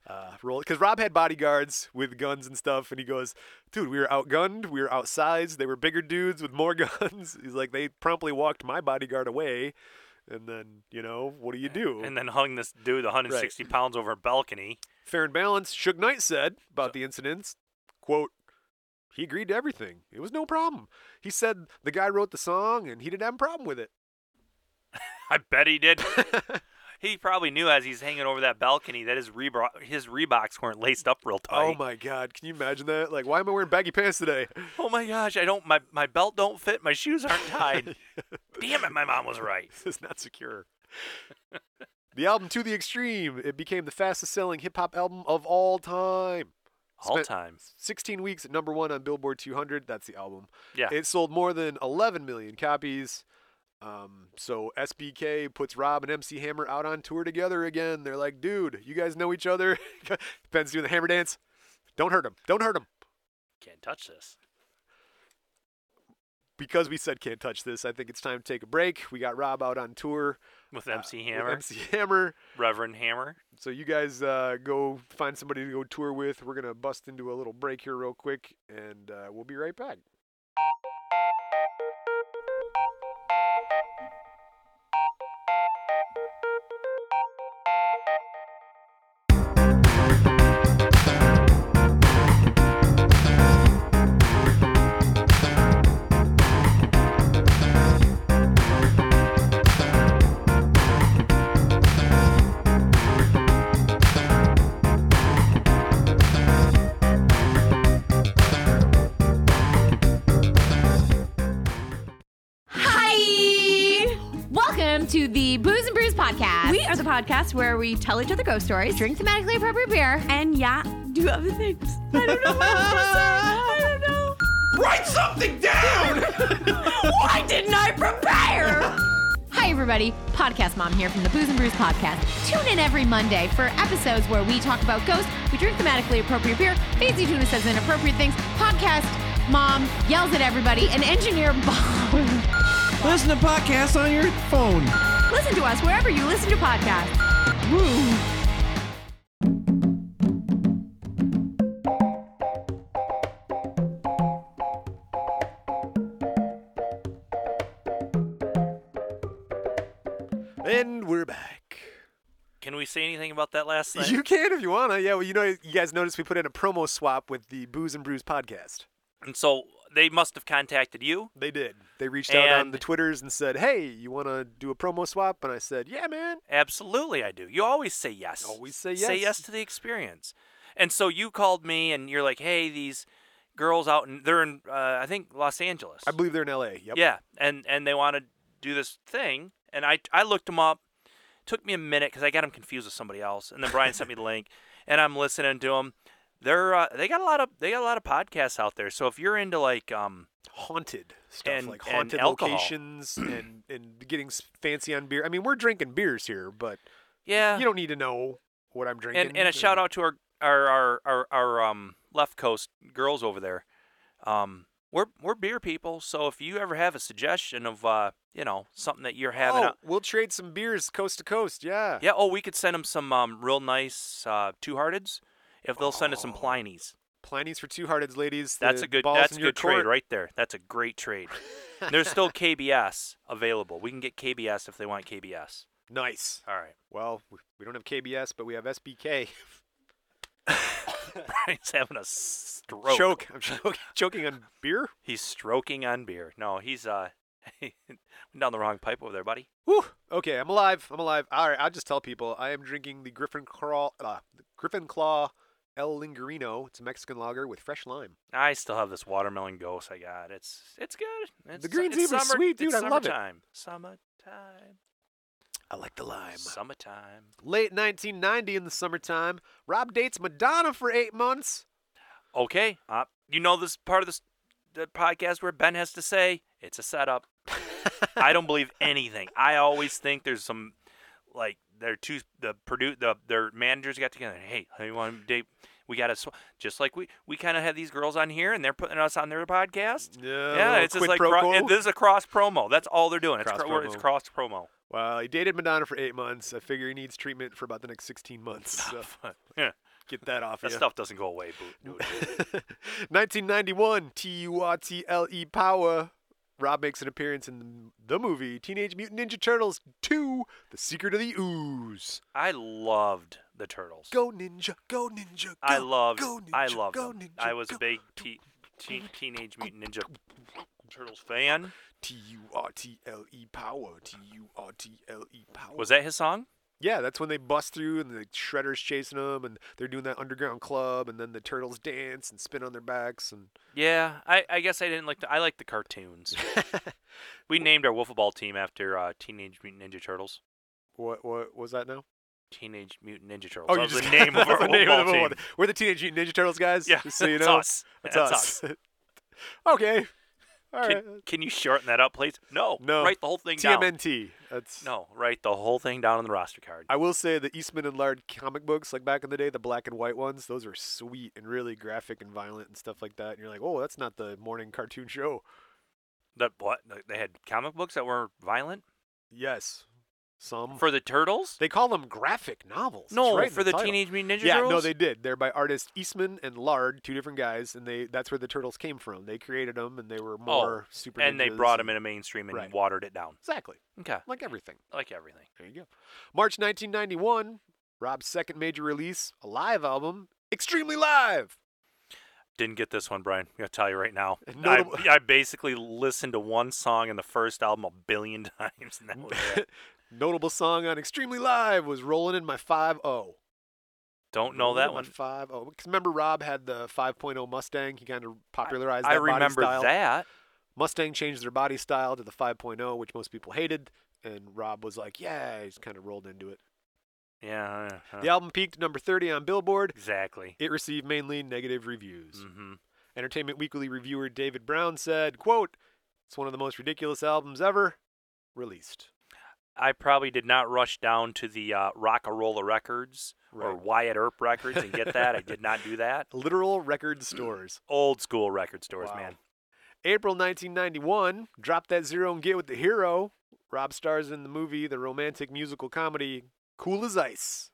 S1: uh, roll because Rob had bodyguards with guns and stuff and he goes dude we were outgunned we were outsized they were bigger dudes with more guns he's like they promptly walked my bodyguard away and then you know what do you do
S2: And then hung this dude 160 pounds over a balcony.
S1: fair and balanced Suge Knight said about the incidents quote he agreed to everything it was no problem he said the guy wrote the song and he didn't have a problem with it
S2: I bet he did. he probably knew as he's hanging over that balcony that his Reebok, his Reeboks weren't laced up real tight.
S1: oh my god can you imagine that like why am I wearing baggy pants today
S2: Oh my gosh! I don't. My, my belt don't fit. My shoes aren't tied. Damn it! My mom was right.
S1: This is not secure. the album To the Extreme, it became the fastest selling hip hop album of all time.
S2: All
S1: Spent
S2: time.
S1: 16 weeks at number one on Billboard 200. That's the album.
S2: Yeah.
S1: It sold more than 11 million copies. Um, so SBK puts Rob and MC Hammer out on tour together again. They're like, dude, you guys know each other. Ben's doing the hammer dance. Don't hurt him. Don't hurt him.
S2: Can't touch this.
S1: Because we said can't touch this, I think it's time to take a break. We got Rob out on tour.
S2: With
S1: uh,
S2: MC
S1: with
S2: Hammer,
S1: MC Hammer.
S2: Reverend Hammer.
S1: So you guys uh, go find somebody to go tour with. We're gonna bust into a little break here real quick, and uh, we'll be right back.
S3: Hi! Welcome to the Booze and Brews podcast.
S4: We are the podcast where we tell each other ghost stories
S3: drink thematically appropriate beer.
S4: and, yeah, do other things. I don't know what I was supposed to say. I don't know.
S5: Write something down!
S4: Why didn't I prepare?
S3: Hi, everybody. Podcast Mom here from the Booze and Brews podcast. Tune in every Monday for episodes where we talk about ghosts, we drink thematically appropriate beer, Fancy Tuna says inappropriate things, podcast Mom yells at everybody, and engineer Bob.
S5: Listen to podcasts on your phone.
S3: listen to us wherever you listen to podcasts. Woo!
S1: And we're back.
S2: Can we say anything about that last thing?
S1: You can if you wanna. Yeah, well, you know, you guys noticed we put in a promo swap with the Booze and Brews podcast.
S2: and so they must have contacted you.
S1: They did. They reached out on
S2: And-
S1: the twitters and said, "Hey, you wanna do a promo swap?" And I said, "Yeah, man."
S2: Absolutely, I do. You always say yes.
S1: Always say
S2: Say
S1: yes.
S2: yes to the experience. And so you called me, and you're like, "Hey, these girls out in they're in, uh, I think Los Angeles.
S1: I believe they're in L.A. Yep.
S2: Yeah, and and they want to do this thing, and I I looked them up. Took me a minute because I got them confused with somebody else, and then Brian sent me the link, and I'm listening to them. They're uh, they got a lot of they got a lot of podcasts out there. So if you're into like um
S1: haunted stuff
S2: And-
S1: like
S2: and
S1: haunted
S2: alcohol.
S1: locations and and getting s- fancy on beer. I mean, we're drinking beers here, but
S2: yeah
S1: you don't need to know what I'm drinking.
S2: and and a shout out to our our our our, our um left coast girls over there. Um, we're we're beer people, so if you ever have a suggestion of uh you know something that you're having.
S1: Oh,
S2: out-
S1: we'll trade some beers coast to coast. Yeah.
S2: Yeah. Oh, we could send them some um, real nice uh, two hearteds if they'll send us some Plinies.
S1: Pliny's for two hearted ladies.
S2: That's
S1: the
S2: a good.
S1: Oh, balls
S2: That's a
S1: in your
S2: good trade
S1: court.
S2: right there. That's a great trade. There's still KBS available. We can get KBS if they want KBS.
S1: Nice.
S2: All right.
S1: Well, we- we don't have KBS, but we have SBK.
S2: Brian's having a stroke.
S1: Choke. I'm choking, choking on beer.
S2: He's stroking on beer. No, he's uh went down the wrong pipe over there, buddy.
S1: Whew. Okay, I'm alive. I'm alive. All right, I'll just tell people I am drinking the Griffin Claw, uh, the Griffin Claw El Lingerino. It's a Mexican lager with fresh lime.
S2: I still have this watermelon ghost I got. It's it's good. It's,
S1: The green
S2: it's
S1: zebra's
S2: summer-
S1: sweet, dude.
S2: It's
S1: I love it.
S2: summertime. Summertime.
S1: I like the lime.
S2: Summertime.
S1: Late 1990 in the summertime, Rob dates Madonna for eight months.
S2: Okay. Uh, you know this part of this the podcast where Ben has to say it's a setup. I don't believe anything. I always think there's some like their two the produ the their managers got together. Hey, how you want to date? We got to sw-. just like we we kind of had these girls on here and they're putting us on their podcast.
S1: Yeah,
S2: yeah,
S1: little
S2: it's just
S1: quid
S2: like
S1: pro
S2: cro-
S1: quo.
S2: it, this is a cross promo. That's all they're doing. It's
S1: Cross
S2: cross, pro- it's
S1: promo.
S2: cross promo.
S1: Well, he dated Madonna for eight months. I figure he needs treatment for about the next 16
S2: Oh,
S1: months. So
S2: Yeah,
S1: get that off
S2: that
S1: ya.
S2: stuff doesn't go away, boo- dude.
S1: 1991, T U R T L E Power. Rob makes an appearance in the movie Teenage Mutant Ninja Turtles 2 The Secret of the Ooze.
S2: I loved the turtles.
S1: Go, Ninja, go, Ninja. Go,
S2: I loved.
S1: go, ninja,
S2: I loved
S1: go,
S2: them.
S1: Ninja,
S2: I was a big te- te- teenage mutant ninja turtles fan.
S1: T U R T L E Power. T U R T L E Power.
S2: Was that his song?
S1: Yeah, that's when they bust through and the shredder's chasing them and they're doing that underground club and then the turtles dance and spin on their backs and
S2: Yeah, I, I guess I didn't like. The, I like the cartoons. we named our wiffle ball team after uh, Teenage Mutant Ninja Turtles.
S1: what what was that now?
S2: Teenage Mutant Ninja Turtles.
S1: Oh,
S2: that was the Oh, name of
S1: that's
S2: our
S1: the
S2: wiffle
S1: name of
S2: ball
S1: the
S2: team.
S1: one. We're the Teenage Mutant Ninja Turtles guys.
S2: Yeah,
S1: just so you
S2: it's
S1: know.
S2: us.
S1: It's
S2: That's
S1: us. okay. All
S2: Can,
S1: right.
S2: can you shorten that up, please? No.
S1: No.
S2: Write the whole thing down.
S1: TMNT. That's
S2: No. Write the whole thing down on the roster card.
S1: I will say the Eastman and Laird comic books, like back in the day, the black and white ones, those are sweet and really graphic and violent and stuff like that. And you're like, oh, that's not the morning cartoon show.
S2: The what? They had comic books that were violent
S1: Yes, some.
S2: for the turtles.
S1: they call them graphic novels. It's
S2: no,
S1: right in
S2: for the,
S1: title.
S2: Teenage Mutant Ninja
S1: yeah,
S2: Turtles.
S1: no, they did. They're by artists Eastman and Lard, two different guys, and they—that's where the turtles came from. They created them, and they were more super.
S2: Oh, and they
S1: ninjas
S2: brought
S1: and-
S2: him into mainstream and
S1: Right.
S2: watered it down.
S1: Exactly,
S2: Okay,
S1: like everything.
S2: like everything.
S1: There you go. March 1991, Rob's second major release, a live album, Extremely Live.
S2: Didn't get this one, Brian. I'm gonna tell you right now.
S1: And
S2: I,
S1: notable-
S2: I basically listened to one song in the first album a billion times. And that was it.
S1: Notable song on Extremely Live was Rolling in My 5 0.
S2: Don't know that one.
S1: Five oh, because remember Rob had the 5.0 Mustang. He kind of popularized.
S2: I
S1: that body
S2: remember
S1: style.
S2: that.
S1: Mustang changed their body style to the 5.0, which most people hated, and Rob was like, "Yeah," he's kind of rolled into it.
S2: Yeah. uh,
S1: The album peaked at number 30 on Billboard.
S2: Exactly.
S1: It received mainly negative reviews.
S2: hmm
S1: Entertainment Weekly reviewer David Brown said, "Quote: It's one of the most ridiculous albums ever released."
S2: I probably did not rush down to the uh, Rock and Roller Records or
S1: Right.
S2: Wyatt Earp Records and get that. I did not do that.
S1: Literal record stores.
S2: Old school record stores,
S1: Wow.
S2: man.
S1: April 1991, Drop That Zero and Get With The Hero. Rob stars in the movie, the romantic musical comedy Cool as Ice.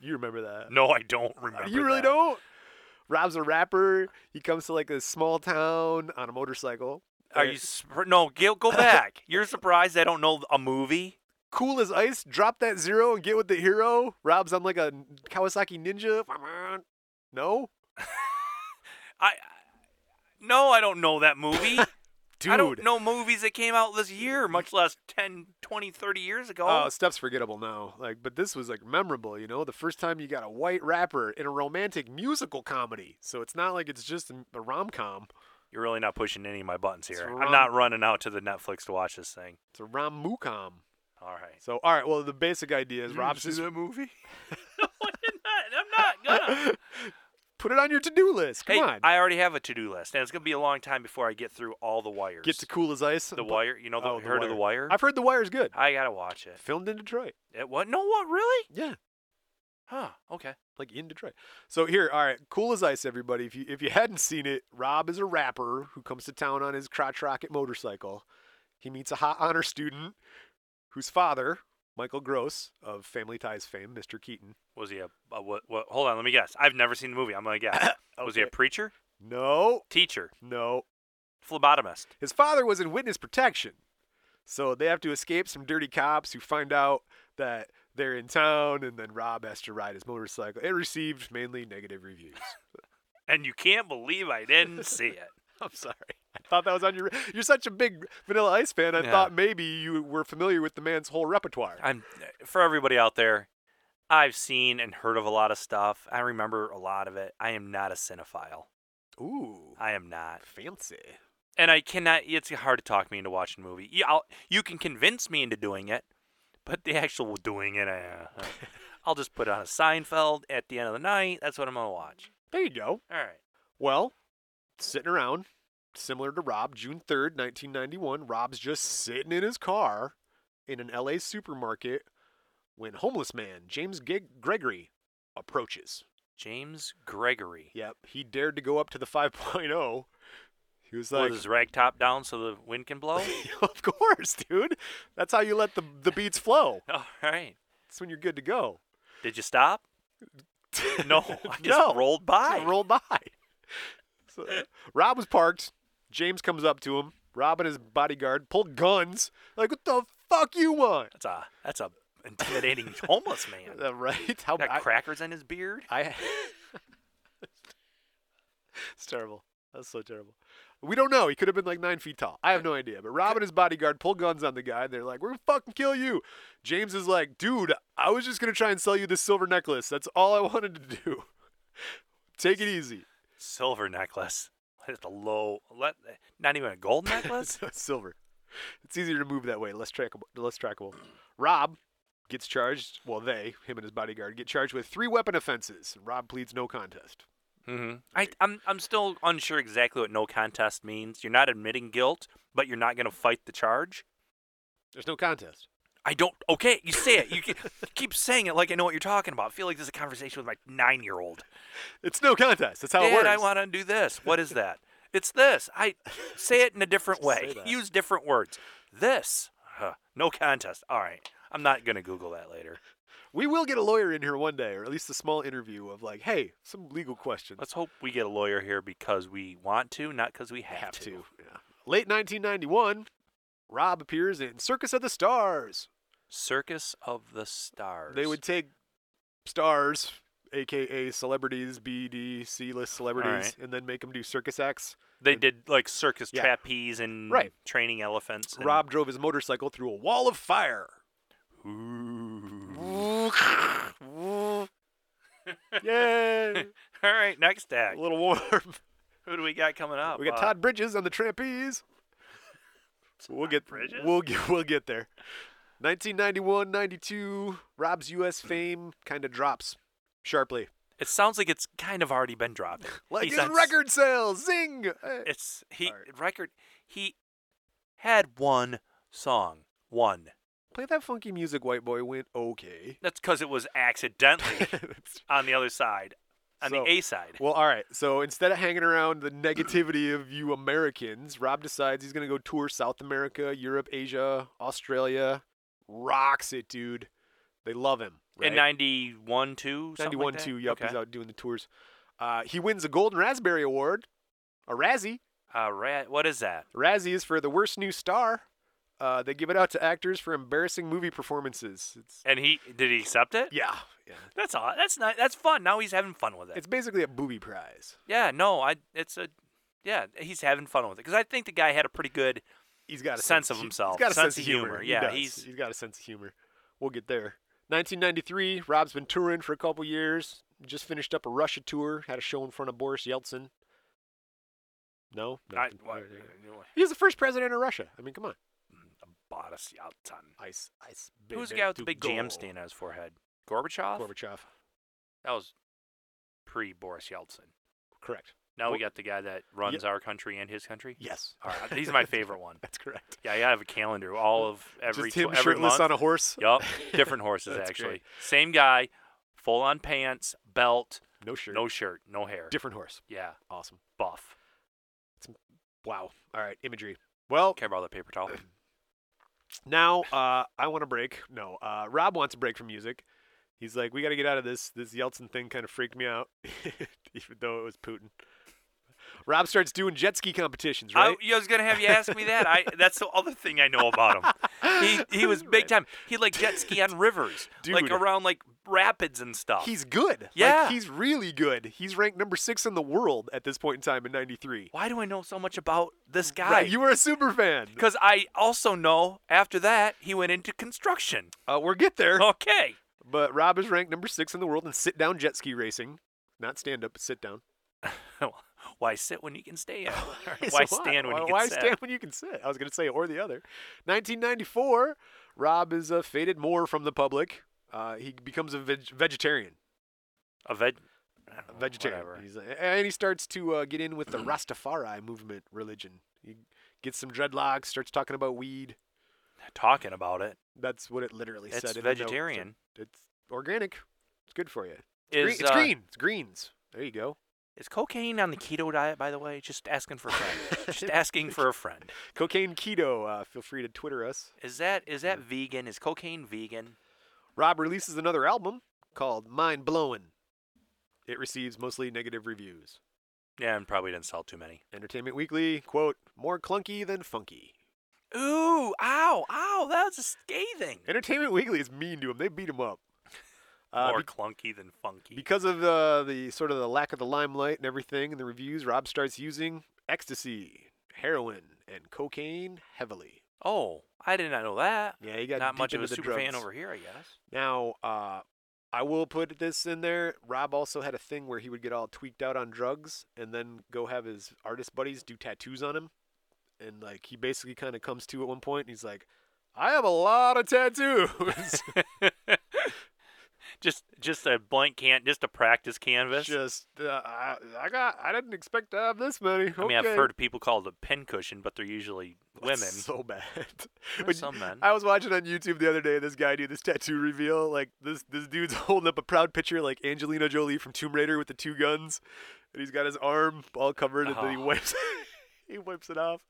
S1: You remember that?
S2: No, I don't remember.
S1: you really
S2: that.
S1: don't? Rob's a rapper. He comes to like a small town on a motorcycle.
S2: Are
S1: Uh,
S2: you sur- no? Go, go back. You're surprised I don't know a movie.
S1: cool as ice? Drop that zero and get with the hero. Rob's on like a Kawasaki Ninja. No,
S2: I no, I don't know that movie.
S1: dude.
S2: I don't know movies that came out this year, much less 10, 20, 30 years ago.
S1: Oh, stuff's forgettable now. Like, but this was like memorable. You know, the first time you got a white rapper in a romantic musical comedy. So it's not like it's just a rom com.
S2: You're really not pushing any of my buttons here.
S1: It's
S2: I'm not
S1: wrong.
S2: running out to the Netflix to watch this thing.
S1: It's a rom com.
S2: All right.
S1: So, all right. Well, the basic idea is Rob says,
S2: movie? I'm not gonna.
S1: put it on your to-do list. Come
S2: hey,
S1: on.
S2: I already have a to-do list, and it's gonna be a long time before I get through all the wires.
S1: Get to cool as ice.
S2: the wire. You know, the,
S1: Oh,
S2: heard of the wire?
S1: I've heard the wire's good.
S2: I gotta watch it.
S1: Filmed in Detroit.
S2: it. What? No, what? Really?
S1: Yeah.
S2: Huh? Okay.
S1: Like in Detroit. So here, all right, cool as ice, everybody. If you if you hadn't seen it, Rob is a rapper who comes to town on his crotch rocket motorcycle. He meets a hot honor student whose father, Michael Gross of Family Ties fame, Mr. Keaton.
S2: Was he a, a what, what? Hold on, let me guess. I've never seen the movie. I'm gonna guess. Was he a
S1: Okay.
S2: preacher,
S1: No,
S2: teacher,
S1: no,
S2: phlebotomist?
S1: His father was in witness protection. So they have to escape some dirty cops who find out that they're in town, and then Rob has to ride his motorcycle. It received mainly negative reviews.
S2: And you can't believe I didn't see it.
S1: I'm sorry. I thought that was on your. You're such a big Vanilla Ice fan. I
S2: Yeah.
S1: thought maybe you were familiar with the man's whole repertoire.
S2: I'm for everybody out there. I've seen and heard of a lot of stuff. I remember a lot of it. I am not a cinephile.
S1: Ooh,
S2: I am not.
S1: fancy.
S2: and I cannot. It's hard to talk me into watching a movie. You, I'll, you can convince me into doing it, but the actual doing it, uh, I'll just put on a Seinfeld at the end of the night. That's what I'm gonna watch.
S1: There you go.
S2: All right.
S1: Well, sitting around, similar to Rob, June 3rd, 1991, Rob's just sitting in his car in an LA supermarket when homeless man James Gig- Gregory approaches.
S2: James Gregory
S1: Yep, he dared to go up to the 5.0. He was like,
S2: with his rag top down so the wind can blow.
S1: Of course, dude. That's how you let the, the beats flow.
S2: All right.
S1: That's when you're good to go.
S2: Did you stop? No, I just
S1: No.
S2: rolled by.
S1: Just rolled by. So, Rob was parked. James comes up to him. Rob and his bodyguard pull guns. Like, what the fuck you want?
S2: That's a that's a intimidating homeless man.
S1: Uh, right? How
S2: Got
S1: I-
S2: crackers in his beard.
S1: I. it's terrible. That's so terrible. We don't know. He could have been like nine feet tall. I have no idea. But Rob and his bodyguard pull guns on the guy. And they're like, "We're gonna fucking kill you." James is like, "Dude, I was just gonna try and sell you this silver necklace. That's all I wanted to do. Take it easy."
S2: Silver necklace. That's a low. Let, not even a gold necklace.
S1: So it's silver. It's easier to move that way. Less trackable. Less trackable. Rob gets charged. Well, they, him and his bodyguard, get charged with three weapon offenses. Rob pleads no contest.
S2: Mm-hmm. I, I'm I'm still unsure exactly what no contest means. You're not admitting guilt, but you're not going to fight the charge.
S1: There's no contest.
S2: I don't. Okay, you say it. You ke- keep saying it like I know what you're talking about. I feel like this is a conversation with my nine-year-old.
S1: It's no contest. That's how
S2: Dad,
S1: it works.
S2: I want to do this. What is that? it's this. I say it in a different
S1: Just say
S2: way.
S1: that.
S2: Use different words. This. Huh. No contest. All right. I'm not going to Google that later.
S1: We will get a lawyer in here one day, or at least a small interview of like, hey, some legal questions.
S2: Let's hope we get a lawyer here because we want to, not because we have,
S1: Yeah. Late 1991, Rob appears in Circus of the Stars.
S2: Circus of the Stars.
S1: They would take stars, aka celebrities, B, D, C-list celebrities,
S2: right.
S1: and then make them do circus acts.
S2: They
S1: And-
S2: did like circus
S1: Yeah.
S2: trapeze and
S1: Right.
S2: training elephants. And,
S1: Rob drove his motorcycle through a wall of fire.
S2: Ooh.
S1: Yay!
S2: All right, next
S1: a
S2: act.
S1: little warm.
S2: Who do we got coming up?
S1: We got
S2: Uh,
S1: Todd Bridges on the trapeze. we'll get
S2: Bridges?
S1: we'll get we'll get there. 1991, 92, Rob's U.S. fame kind of drops sharply.
S2: It sounds like it's kind of already been dropping.
S1: Like
S2: He's
S1: his
S2: on s-
S1: record sales, zing! Eh,
S2: It's he
S1: All right.
S2: record. He had one song. One.
S1: Play that funky music, white boy. Went okay.
S2: That's because it was accidentally on the other side, on
S1: So-
S2: the A side.
S1: well, all right. So instead of hanging around the negativity of you Americans, Rob decides he's gonna go tour South America, Europe, Asia, Australia. Rocks it, dude. They love him. Right?
S2: In ninety one two. something like
S1: 91
S2: that?
S1: 2, yep,
S2: Okay.
S1: he's out doing the tours. Uh, he wins a Golden Raspberry Award, a Razzie.
S2: Uh, rat. What is that?
S1: Razzie is for the worst new star. Uh, they give it out to actors for embarrassing movie performances. It's,
S2: And he did he accept it?
S1: yeah, yeah.
S2: That's all. That's not. That's fun. Now he's having fun with it.
S1: It's basically a booby prize.
S2: Yeah, no, I it's a yeah, he's having fun with it because I think the guy had a pretty good.
S1: He's got a
S2: Sense of
S1: hu-
S2: himself,
S1: He's got a
S2: sense
S1: sense,
S2: of
S1: of humor.
S2: humor,
S1: He
S2: yeah,
S1: does.
S2: he's-
S1: he's got a sense of humor. We'll get there. 1993, Rob's been touring for a couple years. Just finished up a Russia tour. Had a show in front of Boris Yeltsin. No,
S2: I,
S1: Nothing.
S2: what, mm,
S1: He was the first president of Russia. I mean, come on.
S2: us out ton.
S1: Ice, ice.
S2: Who's the
S1: baby,
S2: guy with the
S1: do
S2: big
S1: go.
S2: jam stain on his forehead? Gorbachev?
S1: Gorbachev.
S2: That was pre Boris Yeltsin.
S1: Correct.
S2: Now we
S1: Bo-
S2: got the guy that runs our country and his country.
S1: Yes.
S2: All right, he's my favorite one.
S1: That's correct.
S2: Yeah, I gotta have a calendar. All of every
S1: Just him
S2: tw- every
S1: shirtless
S2: month.
S1: on a horse.
S2: Yup, different horses
S1: That's
S2: actually.
S1: great.
S2: Same guy, full on pants, belt,
S1: No shirt.
S2: no shirt, no hair.
S1: different horse.
S2: yeah,
S1: Awesome.
S2: buff.
S1: Wow. All right. Imagery. Well,
S2: Care about the paper towel?
S1: now uh, I want a break. No, uh, Rob wants a break from music. He's like, we got to get out of this. This Yeltsin thing kind of freaked me out, even though it was Putin. Rob starts doing jet ski competitions, right?
S2: I, I was gonna have you ask me that. I that's the other thing I know about him. He he was big time. He like jet ski on rivers, like
S1: Dude.
S2: around like rapids and stuff.
S1: he's good.
S2: Yeah.
S1: Like, he's really good. He's ranked number six in the world at this point in time in 93.
S2: Why do I know so much about this guy?
S1: Right, you were a super fan.
S2: Because I also know after that he went into construction.
S1: Uh, we'll get there.
S2: Oh. Okay.
S1: But Rob is ranked number six in the world in sit down jet ski racing. Not stand up, but sit down.
S2: Why sit when you can stand?
S1: So
S2: Why stand when
S1: why,
S2: you can
S1: why
S2: sit?
S1: stand when you can sit? I was going to say or the other. 1994, Rob is uh, faded more from the public. Uh, he becomes a veg- vegetarian.
S2: A veg. I
S1: A
S2: don't know,
S1: vegetarian.
S2: Oh, whatever.
S1: He's, uh, and he starts to uh, get in with the Rastafari movement religion. He gets some dreadlocks, starts talking about weed.
S2: Talking about it.
S1: That's what it literally
S2: It's
S1: said. in the note.
S2: vegetarian.
S1: It's organic. It's good for you. Green-
S2: Is
S1: it's
S2: uh,
S1: green. It's greens. There you go.
S2: Is cocaine on the keto diet? By the way, just asking for a friend. just asking for a friend.
S1: Cocaine keto. Uh, feel free to Twitter us.
S2: Is that is that vegan? Is cocaine vegan?
S1: Rob releases another album called Mind Blowin'. It receives mostly negative reviews.
S2: Yeah, and probably didn't sell too many.
S1: Entertainment Weekly, quote, more clunky than funky.
S2: Ooh, ow, ow, that was a scathing.
S1: Entertainment Weekly is mean to him. They beat him up. Uh,
S2: More
S1: be-
S2: clunky than funky.
S1: because of uh, the sort of the lack of the limelight and everything and the reviews, Rob starts using ecstasy, heroin, and cocaine heavily.
S2: oh, I did not know that.
S1: Yeah, he got
S2: Not
S1: deep
S2: much of a
S1: into the
S2: super fan
S1: drugs.
S2: over here, I guess.
S1: Now, uh, I will put this in there. Rob also had a thing where he would get all tweaked out on drugs and then go have his artist buddies do tattoos on him. And like he basically kind of comes to at one point and he's like, "I have a lot of tattoos."
S2: just just a blank can just a practice canvas.
S1: Just uh, I, I got I didn't expect to have this many.
S2: I mean, I've heard of people call it a pincushion, but they're usually women.
S1: so bad.
S2: There's
S1: But
S2: some men.
S1: I was watching on YouTube the other day this guy do this tattoo reveal. Like this this dude's holding up a proud picture like Angelina Jolie from Tomb Raider with the two guns. And he's got his arm all covered and then he
S2: Oh.
S1: wipes he wipes it off.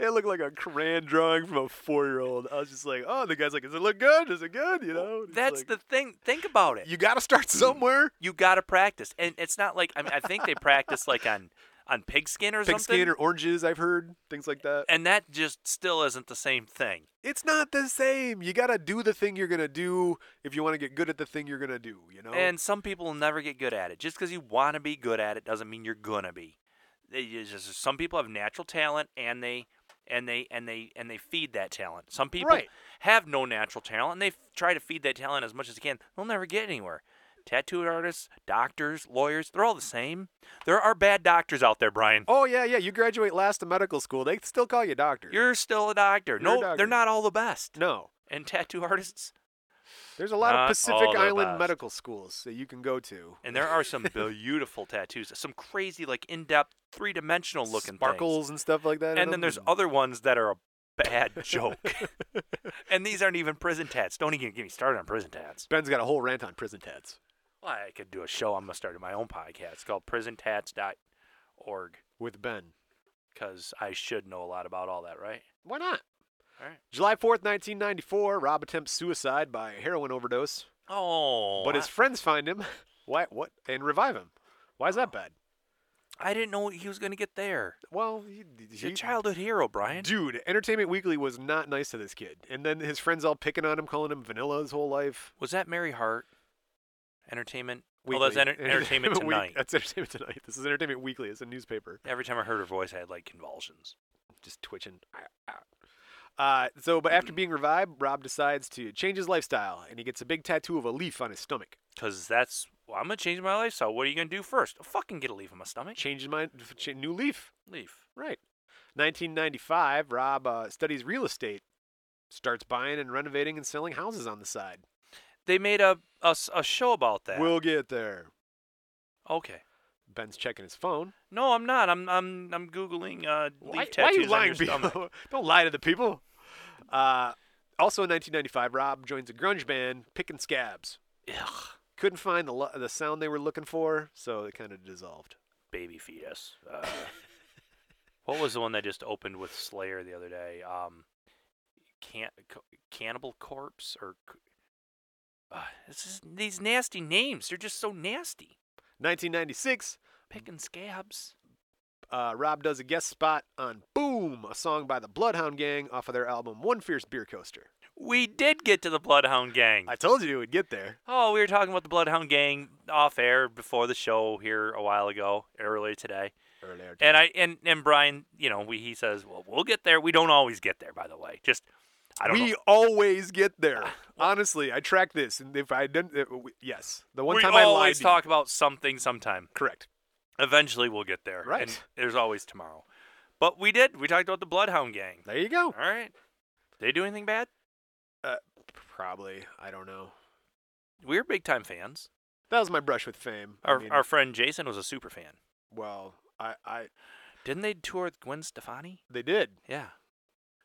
S1: It looked like a crayon drawing from a four year old. I was just like, Oh, the guy's like, Does it look good? Is it good? You know? And he's
S2: That's
S1: like,
S2: the thing. Think about it. You,
S1: You gotta start somewhere.
S2: gotta practice, and it's not like I mean, I think they practice like on on pigskin or
S1: Pig
S2: something. Eh.
S1: skin or oranges, I've heard. Things like that.
S2: and that just still isn't the same thing.
S1: It's not the same. You gotta do the thing you're gonna do if you wanna get good at the thing you're gonna do, you know?
S2: And some people will never get good at it. Just because you want to be good at it doesn't mean you're gonna be. They- it's just- some people have natural talent, and they and they and they and they feed that talent. Some people
S1: Right.
S2: have no natural talent, and they f- try to feed that talent as much as they can. They'll never get anywhere. Tattoo artists, doctors, lawyers—they're all the same. There are bad doctors out there, Brian.
S1: Oh yeah, yeah. You graduate last in medical school. They still call you doctor.
S2: You're still a doctor.
S1: You're a
S2: no,
S1: doctor.
S2: they're not all the best.
S1: no.
S2: And tattoo artists,
S1: There's a lot of
S2: Not
S1: Pacific
S2: all the
S1: Island
S2: best.
S1: medical schools that you can go to.
S2: and there are some beautiful tattoos, some crazy, like in-depth, three-dimensional looking things.
S1: sparkles and stuff like that. in
S2: and then
S1: them.
S2: there's other ones that are a bad joke. and these aren't even prison tats. Don't even get me started on prison tats.
S1: Ben's got a whole rant on prison tats.
S2: Well, I could do a show. I'm gonna start my own podcast. It's called PrisonTats.org
S1: with Ben.
S2: because I should know a lot about all that, right?
S1: Why not?
S2: All right.
S1: July 4th, 1994, Rob attempts suicide by heroin overdose,
S2: Oh,
S1: but
S2: I-
S1: his friends find him. Why? What? And revive him. Why is that bad?
S2: I didn't know he was gonna get there.
S1: Well, he,
S2: He's
S1: he,
S2: a childhood hero, Brian.
S1: dude. Entertainment Weekly was not nice to this kid, and then his friends all picking on him, calling him vanilla his whole life.
S2: Was that Mary Hart? Entertainment. Well, that's
S1: Weekly.
S2: enter- entertainment
S1: Week-
S2: tonight.
S1: That's entertainment tonight. This is entertainment weekly. It's a newspaper.
S2: Every time I heard her voice, I had like convulsions.
S1: Just twitching. Uh, so, but after being revived, Rob decides to change his lifestyle, and he gets a big tattoo of a leaf on his stomach.
S2: Cause that's well, I'm gonna change my lifestyle. What are you gonna do first? fucking get a leaf in my stomach.
S1: Changes mind, ch- new leaf.
S2: Leaf.
S1: Right. 1995. Rob uh, studies real estate, starts buying and renovating and selling houses on the side.
S2: They made a, a s- a show about that.
S1: We'll get there.
S2: okay.
S1: Ben's checking his phone.
S2: No, I'm not. I'm I'm I'm googling uh, leaf
S1: Why, why are
S2: tattoos
S1: you lying,
S2: on your stomach.
S1: people? Don't lie to the people. Uh, also in 1995, Rob joins a grunge band, Pickin' Scabs.
S2: Ugh,
S1: Couldn't find the, lo- the sound they were looking for, so it kind of dissolved.
S2: baby fetus. Uh, what was the one that just opened with Slayer the other day? Um, can Co- Cannibal Corpse or C- uh, this is, these nasty names? They're just so nasty.
S1: 1996,
S2: Picking scabs.
S1: uh, Rob does a guest spot on Boom, a song by the Bloodhound Gang off of their album One Fierce Beer Coaster.
S2: We did get to the Bloodhound Gang.
S1: I told you it would get there.
S2: Oh, we were talking about the Bloodhound Gang off air before the show here a while ago, earlier today.
S1: Earlier
S2: And I and and Brian, you know, we, he says, "Well, we'll get there. We don't always get there, by the way. Just I don't
S1: we
S2: know.
S1: always get there. Honestly, I track this, and if I didn't, uh, w- yes, the one
S2: we
S1: time I lied.
S2: always
S1: to you.
S2: talk about something sometime.
S1: Correct.
S2: Eventually, we'll get there.
S1: Right.
S2: And there's always tomorrow. But we did. We talked about the Bloodhound Gang.
S1: There you go.
S2: All right. They do anything bad?
S1: Uh, Probably. I don't know.
S2: We're big time fans.
S1: That was my brush with fame. I
S2: Our
S1: mean,
S2: our friend Jason was a super fan.
S1: well, I, I,
S2: Didn't they tour with Gwen Stefani?
S1: they did.
S2: Yeah.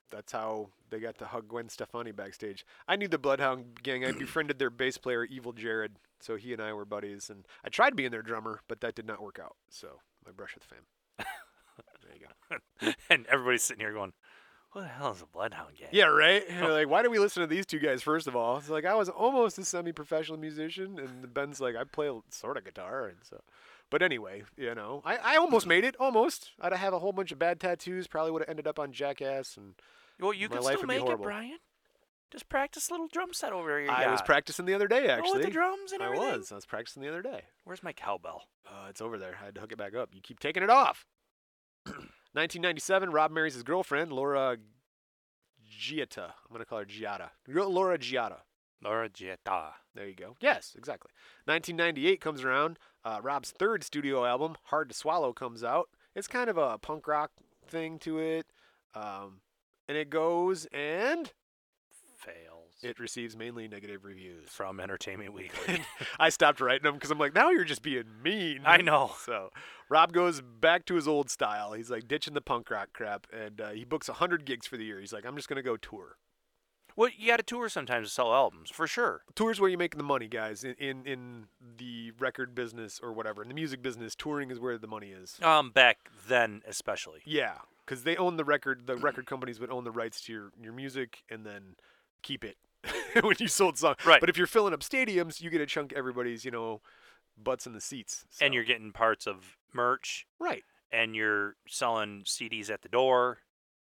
S1: That's how they got to hug Gwen Stefani backstage. I knew the Bloodhound Gang. I befriended their bass player, Evil Jared, so he and I were buddies. And I tried being their drummer, but that did not work out. So my brush with fame. there you go.
S2: and everybody's sitting here going, "What the hell is a Bloodhound Gang?"
S1: Yeah, right. You're like, why do we listen to these two guys first of all? It's like I was almost a semi-professional musician, and Ben's like, I play sort of guitar, and so. But anyway, you know, I, I almost made it. Almost, I'd have a whole bunch of bad tattoos. Probably would have ended up on Jackass, and
S2: Well, you
S1: My
S2: can
S1: life
S2: still
S1: would be
S2: make it,
S1: horrible.
S2: Brian. Just practice a little drum set over here.
S1: I was practicing the other day. Actually,
S2: Oh, with the drums and
S1: I
S2: everything.
S1: was. I was practicing the other day.
S2: Where's my cowbell?
S1: Uh, it's over there. I had to hook it back up. You keep taking it off. 1997, Rob marries his girlfriend, Laura Giata. I'm going to call her Giada. Laura Giada.
S2: Laura Jetta.
S1: There you go. Yes, exactly. 1998 comes around. Uh, Rob's third studio album, Hard to Swallow, comes out. It's kind of a punk rock thing to it. Um, and it goes and
S2: Fails.
S1: it receives mainly negative reviews.
S2: from Entertainment Weekly.
S1: I stopped writing them because I'm like, now you're just being mean.
S2: I know.
S1: So Rob goes back to his old style. He's like ditching the punk rock crap and uh, he books 100 gigs for the year. He's like, I'm just going to go tour.
S2: well, you got to tour sometimes to sell albums, for sure.
S1: tours where you're making the money guys in, in in the record business or whatever in the music business touring is where the money is
S2: Um, back then especially.
S1: yeah because they own the record the record companies would own the rights to your, your music and then keep it when you sold songs
S2: Right.
S1: but if you're filling up stadiums you get a chunk of everybody's you know butts in the seats so-
S2: And you're getting parts of merch,
S1: right
S2: and you're selling CDs at the door,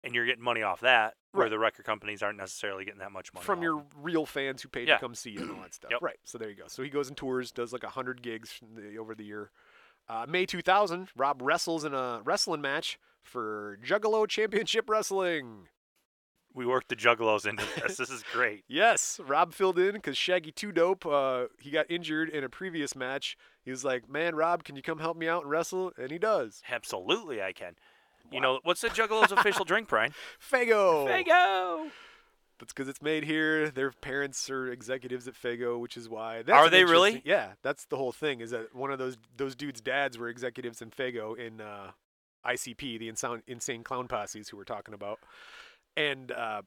S2: and you're getting money off that. Where
S1: Right.
S2: the record companies aren't necessarily getting that much money
S1: from
S2: off
S1: your
S2: them.
S1: real fans who paid
S2: Yeah.
S1: to come see you and all that stuff.
S2: Yep.
S1: Right. So there you go. So he goes and tours, does like 100 gigs from the, over the year. Uh, May 2000, Rob wrestles in a wrestling match for Juggalo Championship Wrestling.
S2: We worked the juggalos into this. this is great.
S1: Yes, Rob filled in because Shaggy Two Dope, uh, he got injured in a previous match. He was like, man, Rob, can you come help me out and wrestle? And he does.
S2: Absolutely, I can. You know what's the Juggalos' official drink, Brian?
S1: Fago!
S2: Fago.
S1: That's because it's made here. Their parents are executives at Fago, which is why. That's
S2: Are
S1: an
S2: they really?
S1: interesting- Yeah, that's the whole thing. Is that one of those those dudes' dads were executives in Fago in uh, ICP, the insane, insane clown posse's who we're talking about. And uh,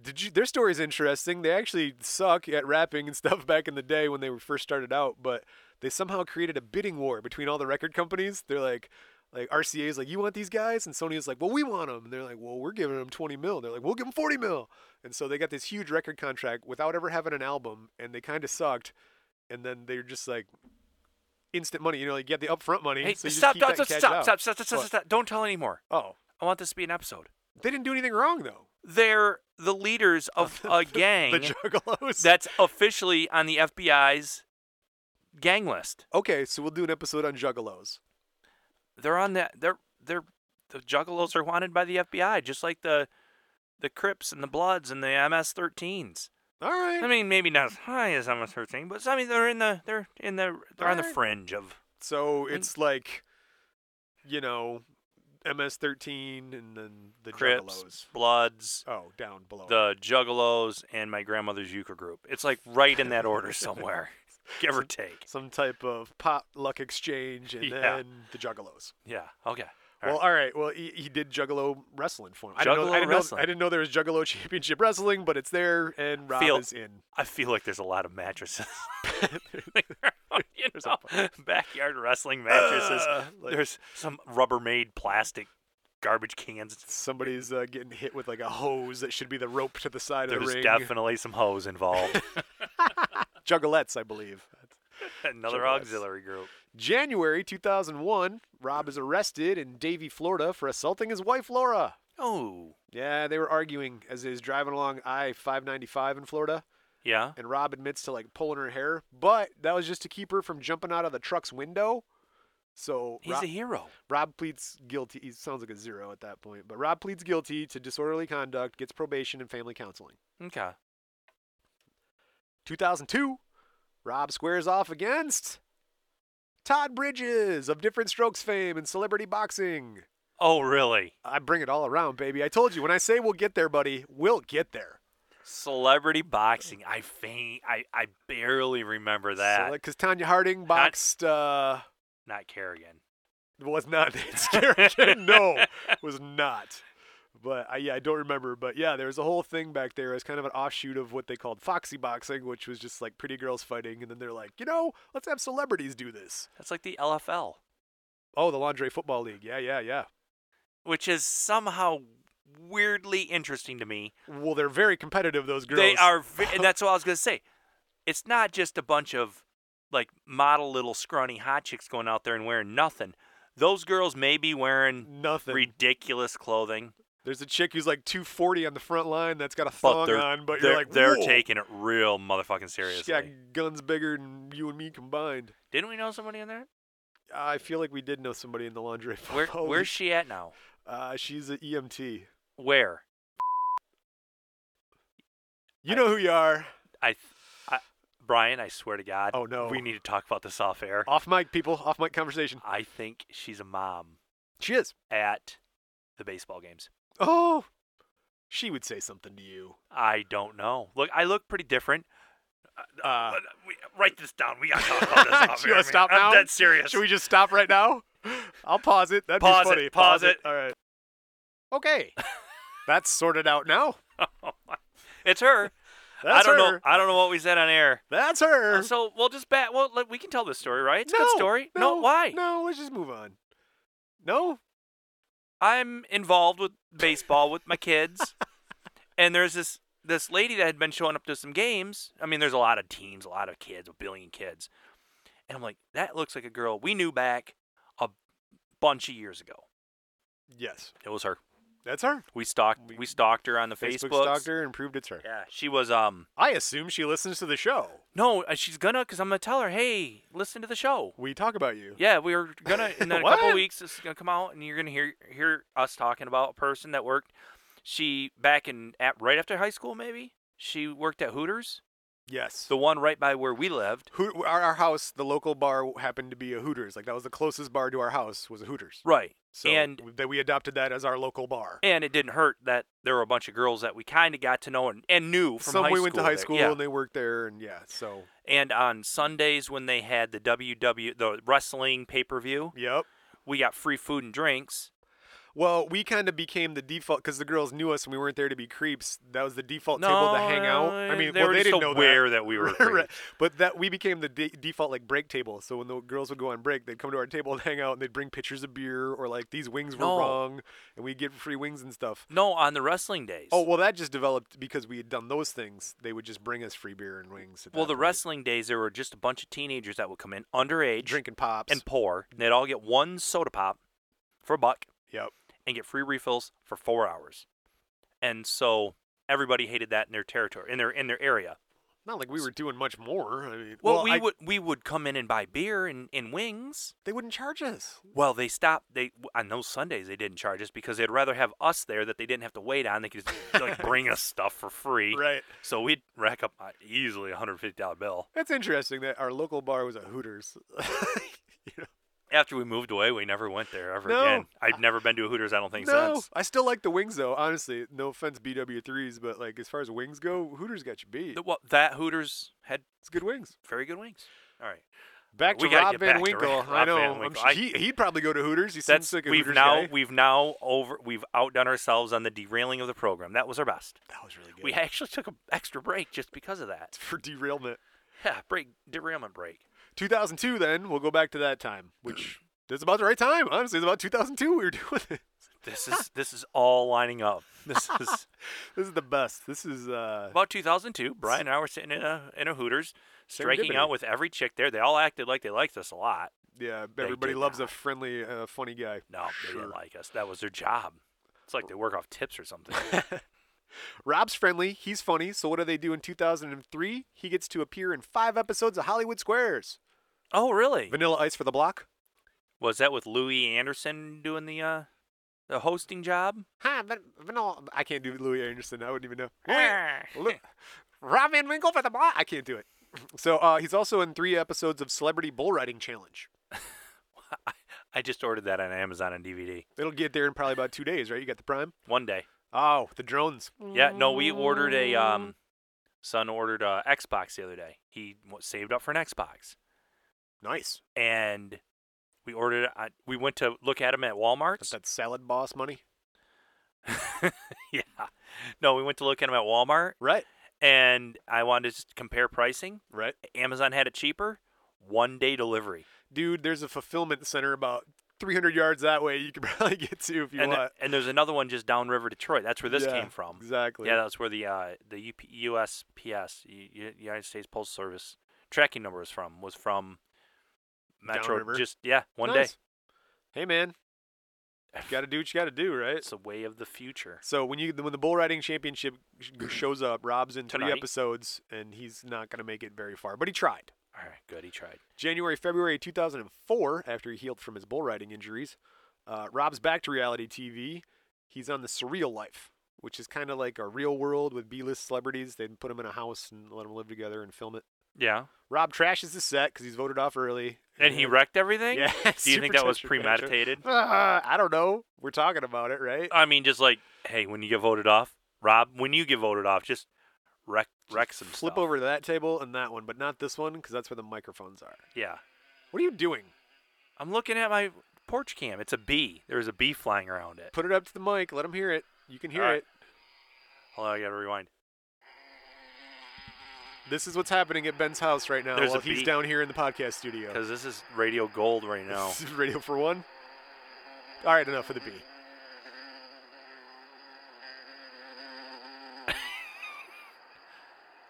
S1: did you? Their story's interesting. They actually suck at rapping and stuff back in the day when they were first started out, but they somehow created a bidding war between all the record companies. They're like. Like RCA is like, you want these guys, and Sony is like, well, we want them. And they're like, well, we're giving them 20 mil. And they're like, we'll give them 40 mil. And so they got this huge record contract without ever having an album, and they kind of sucked. And then they're just like instant money. You know, like you get the upfront money.
S2: Hey,
S1: so you
S2: stop,
S1: just keep that
S2: stop, stop,
S1: and cash
S2: stop,
S1: out.
S2: stop, stop, stop,
S1: What?
S2: stop, stop. Don't tell any more.
S1: Oh,
S2: I want this to be an episode.
S1: they didn't do anything wrong though.
S2: They're the leaders of a gang
S1: The Juggalos.
S2: that's officially on the FBI's gang list.
S1: okay, so we'll do an episode on Juggalos.
S2: They're on that. They're they're the Juggalos are wanted by the FBI, just like the the Crips and the Bloods and the MS-13s.
S1: All right.
S2: I mean, maybe not as high as MS-13, but I mean they're in the they're in the they're on the
S1: Alright.
S2: fringe of
S1: so it's like, you know, MS13 and then the
S2: Crips,
S1: Juggalos.
S2: Bloods,
S1: Oh, down below.
S2: the Juggalos, and my grandmother's Euchre group. It's like right in that order somewhere, give or take.
S1: Some type of potluck exchange and
S2: Yeah.
S1: then the Juggalos.
S2: Yeah. Okay. All
S1: well,
S2: right.
S1: all right. Well, he, he did Juggalo wrestling for him. I didn't, know,
S2: Juggalo
S1: I, didn't know,
S2: wrestling.
S1: I didn't know there was Juggalo Championship Wrestling, but it's there, and Rob
S2: Feel-
S1: is in.
S2: I feel like there's a lot of mattresses. you know, backyard wrestling mattresses.
S1: Uh, like-
S2: there's some Rubbermaid plastic garbage cans.
S1: Somebody's uh, getting hit with like a hose that should be the rope to the side of the
S2: There's
S1: ring.
S2: definitely some hose involved.
S1: Juggalettes, I believe.
S2: Another
S1: Sure, yes.
S2: auxiliary group.
S1: January 2001, Rob is arrested in Davie, Florida for assaulting his wife, Laura.
S2: Oh.
S1: Yeah, they were arguing as he was driving along I 595 in Florida,
S2: Yeah.
S1: and Rob admits to like pulling her hair, but that was just to keep her from jumping out of the truck's window. So
S2: He's
S1: Rob,
S2: a hero.
S1: Rob pleads guilty. He sounds like a zero at that point, but Rob pleads guilty to disorderly conduct, gets probation and family counseling.
S2: Okay.
S1: 2002, Rob squares off against Todd Bridges of different strokes fame and celebrity boxing.
S2: Oh, really?
S1: I bring it all around, baby. I told you when I say we'll get there, buddy, we'll get there.
S2: Celebrity boxing. I faint. I, I barely remember that.
S1: Because Tanya Harding boxed, uh,
S2: Not Kerrigan.
S1: was not Nancy Kerrigan. no, was not. But I, yeah, I don't remember. But yeah, there was a whole thing back there as kind of an offshoot of what they called Foxy Boxing, which was just like pretty girls fighting. And then they're like, you know, let's have celebrities do this.
S2: That's like the LFL,
S1: Oh, the Laundry Football League. Yeah, yeah, yeah.
S2: which is somehow weirdly interesting to me.
S1: Well, they're very competitive, those girls.
S2: They are, v- and that's what I was gonna say. It's not just a bunch of like model little scrawny hot chicks going out there and wearing nothing. Those girls may be wearing
S1: nothing.
S2: ridiculous clothing,
S1: There's a chick who's like 240 on the front line that's got a
S2: but
S1: thong
S2: they're
S1: on, but
S2: they're,
S1: you're like,
S2: they're
S1: "Whoa."
S2: taking it real motherfucking
S1: She's
S2: seriously.
S1: got guns bigger than you and me combined.
S2: Didn't we know somebody in there?
S1: I feel like we did know somebody in the laundry.
S2: Where
S1: football
S2: where's
S1: league.
S2: she at now?
S1: Uh, she's an EMT.
S2: Where?
S1: You know who you are.
S2: I, th- I Brian, I swear to God.
S1: Oh, no. Um,
S2: We need to talk about this off air.
S1: Off mic, people. Off mic conversation.
S2: I think she's a mom
S1: She is.
S2: at the baseball games.
S1: Oh, she would say something to you.
S2: I don't know. Look, I look pretty different. Oh,
S1: Uh,
S2: But we, write this down. We gotta talk about this off
S1: you wanna
S2: air, man.
S1: stop
S2: I'm
S1: now?
S2: dead serious.
S1: Should we just stop right now? I'll pause it. That'd
S2: Pause
S1: be
S2: it,
S1: funny.
S2: pause it.
S1: All right. Okay. That's sorted out now.
S2: It's her.
S1: That's
S2: I don't
S1: her.
S2: know. I don't know what we said on air.
S1: That's her.
S2: Uh, So we'll just bat. Well, let, we can tell this story, right? It's
S1: no,
S2: a good story.
S1: No,
S2: why?
S1: No, let's just move on. No,
S2: I'm involved with baseball with my kids, and there's this this lady that had been showing up to some games. I mean, there's a lot of teams, a lot of kids, a billion kids, and I'm like, that looks like a girl we knew back a bunch of years ago.
S1: Yes,
S2: It was her.
S1: that's her.
S2: We stalked.
S1: We-
S2: We, stalked her on the
S1: Facebook
S2: Facebooks.
S1: stalked her and proved it's her.
S2: Yeah, she was. Um,
S1: I assume she listens to the show.
S2: no, uh, she's gonna, cause I'm gonna tell her, hey, listen to the show.
S1: We talk about you.
S2: Yeah, we are gonna in a couple
S1: What?
S2: weeks. This is gonna come out, and you're gonna hear hear us talking about a person that worked. She back in at right after high school, maybe she worked at Hooters,
S1: Yes.
S2: the one right by where we lived.
S1: Hoot- our, our house, the local bar happened to be a Hooters. Like that was the closest bar to our house was a Hooters.
S2: Right,
S1: So
S2: and
S1: that we adopted that as our local bar.
S2: and it didn't hurt that there were a bunch of girls that we kind of got to know and, and knew from
S1: Some
S2: high
S1: we
S2: school.
S1: went to high
S2: there.
S1: school
S2: yeah.
S1: and they worked there, and yeah. So
S2: and on Sundays when they had the WW the wrestling pay per view,
S1: yep.
S2: we got free food and drinks.
S1: Well, we kind of became the default because the girls knew us and we weren't there to be creeps. That was the default
S2: No,
S1: table to hang out.
S2: no,
S1: I mean,
S2: they
S1: well,
S2: were
S1: they
S2: just
S1: didn't know
S2: aware that we were
S1: Right, right.
S2: creeps.
S1: But that we became the de- default like break table. So when the girls would go on break, they'd come to our table and hang out, and they'd bring pictures of beer or like these wings were
S2: No.
S1: wrong, and we'd get free wings and stuff.
S2: No, on the wrestling days.
S1: Oh well, that just developed because we had done those things. They would just bring us free beer and wings. At
S2: Well,
S1: that
S2: the
S1: point.
S2: wrestling days, there were just a bunch of teenagers that would come in underage,
S1: drinking pops
S2: and pour. And they'd all get one soda pop for a buck
S1: yep.
S2: and get free refills for four hours. And so everybody hated that in their territory, in their in their area.
S1: Not like we were doing much more. I mean,
S2: Well, we
S1: I-
S2: would we would come in and buy beer and, and wings.
S1: They wouldn't charge us.
S2: Well, they stopped. They on those Sundays they didn't charge us because they'd rather have us there that they didn't have to wait on. They could just like bring us stuff for free.
S1: Right.
S2: So we'd rack up uh, easily a hundred fifty dollar bill.
S1: That's interesting that our local bar was a Hooters. you know,
S2: After we moved away, we never went there ever
S1: No.
S2: again. I've never been to a Hooters. I don't think
S1: No,
S2: since.
S1: I still like the wings though. Honestly, no offense, BW3s, but like as far as wings go, Hooters got you beat.
S2: The- Well, that Hooters had
S1: It's good wings.
S2: very good wings. All right,
S1: Back to
S2: We gotta
S1: Rob
S2: get
S1: Van
S2: back to
S1: Winkle.
S2: Rob
S1: I know.
S2: Van
S1: I'm
S2: Winkle.
S1: sure
S2: I-
S1: he, would probably go to Hooters. He seems
S2: that's
S1: like a
S2: we've
S1: Hooters
S2: now
S1: guy.
S2: we've now over we've outdone ourselves on the derailing of the program. That was our best.
S1: that was really good.
S2: We actually took an extra break just because of that.
S1: for derailment.
S2: Yeah, break derailment break.
S1: 2002. Then we'll go back to that time, which that's about the right time. Honestly, it's about 2002 we were doing it.
S2: This is this is all lining up. This is
S1: This is the best. This is uh,
S2: about 2002. Brian and I were sitting in a in a Hooters, striking
S1: Serendipity.
S2: out with every chick there. They all acted like they liked us a lot.
S1: yeah. Everybody
S2: did
S1: loves a
S2: not.
S1: friendly, uh, funny guy.
S2: No, they
S1: Sure.
S2: didn't like us. That was their job. It's like they work off tips or something.
S1: Rob's friendly. He's funny. So what do they do in 2003? He gets to appear in five episodes of Hollywood Squares.
S2: oh, really?
S1: Vanilla Ice for the block.
S2: Was that with Louis Anderson doing the uh, the hosting job?
S1: Hi, Van- Vanilla. I can't do Louis Anderson. I wouldn't even know. Louis, Lou- Rob Van Winkle for the block. I can't do it. So uh, he's also in three episodes of Celebrity Bull Riding Challenge.
S2: I just ordered that on Amazon and DVD.
S1: It'll get there in probably about two days, right? You got the Prime.
S2: One day.
S1: Oh, the drones.
S2: Yeah, no, we ordered a um son ordered a Xbox the other day. He wa- saved up for an Xbox.
S1: Nice.
S2: And we ordered it on- we went to look at him at
S1: That's
S2: Walmart's.
S1: that salad boss money.
S2: yeah. No, we went to look at him at Walmart
S1: Right.
S2: and I wanted to just compare pricing.
S1: Right.
S2: Amazon had it cheaper, one day delivery.
S1: Dude, there's a fulfillment center about 300 yards that way you could probably get to if you
S2: and, the-
S1: want.
S2: and there's another one just downriver Detroit. That's where this
S1: Yeah,
S2: came from.
S1: Exactly.
S2: Yeah, that's where the uh, the UP, USPS, U- U- United States Postal Service, tracking number was from. Was from Metro.
S1: Downriver.
S2: Just yeah, one
S1: Nice. Hey, man. You got to do what you got to do,
S2: day.
S1: right?
S2: It's a way of the future.
S1: So when you when the bull riding championship sh- shows up, Rob's in three
S2: Tonight.
S1: episodes, and he's not going to make it very far, but he tried.
S2: All right, good. He tried.
S1: January, February 2004, after he healed from his bull riding injuries, uh, Rob's back to reality TV. He's on The Surreal Life, which is kind of like a real world with B list celebrities. They put them in a house and let them live together and film it.
S2: Yeah,
S1: Rob trashes the set because he's voted off early.
S2: and he wrecked everything.
S1: Yeah.
S2: Do you
S1: super
S2: think that was
S1: touching.
S2: premeditated?
S1: Uh, I don't know. We're talking about it, right?
S2: I mean, just like hey, when you get voted off, Rob, when you get voted off, just wreck wreck some
S1: Flip
S2: stuff.
S1: over to that table and that one, but not this one because that's where the microphones are.
S2: Yeah,
S1: What are you doing?
S2: I'm looking at my porch cam. It's a bee. There's a bee flying around it.
S1: Put it up to the mic. Let them hear it. You can hear
S2: All right.
S1: it.
S2: Hold on, I gotta rewind.
S1: This is what's happening at Ben's house right now
S2: There's a
S1: while he's
S2: beat.
S1: down here in the podcast studio.
S2: Because this is radio gold right now.
S1: This is Radio for One. All right, enough of the B.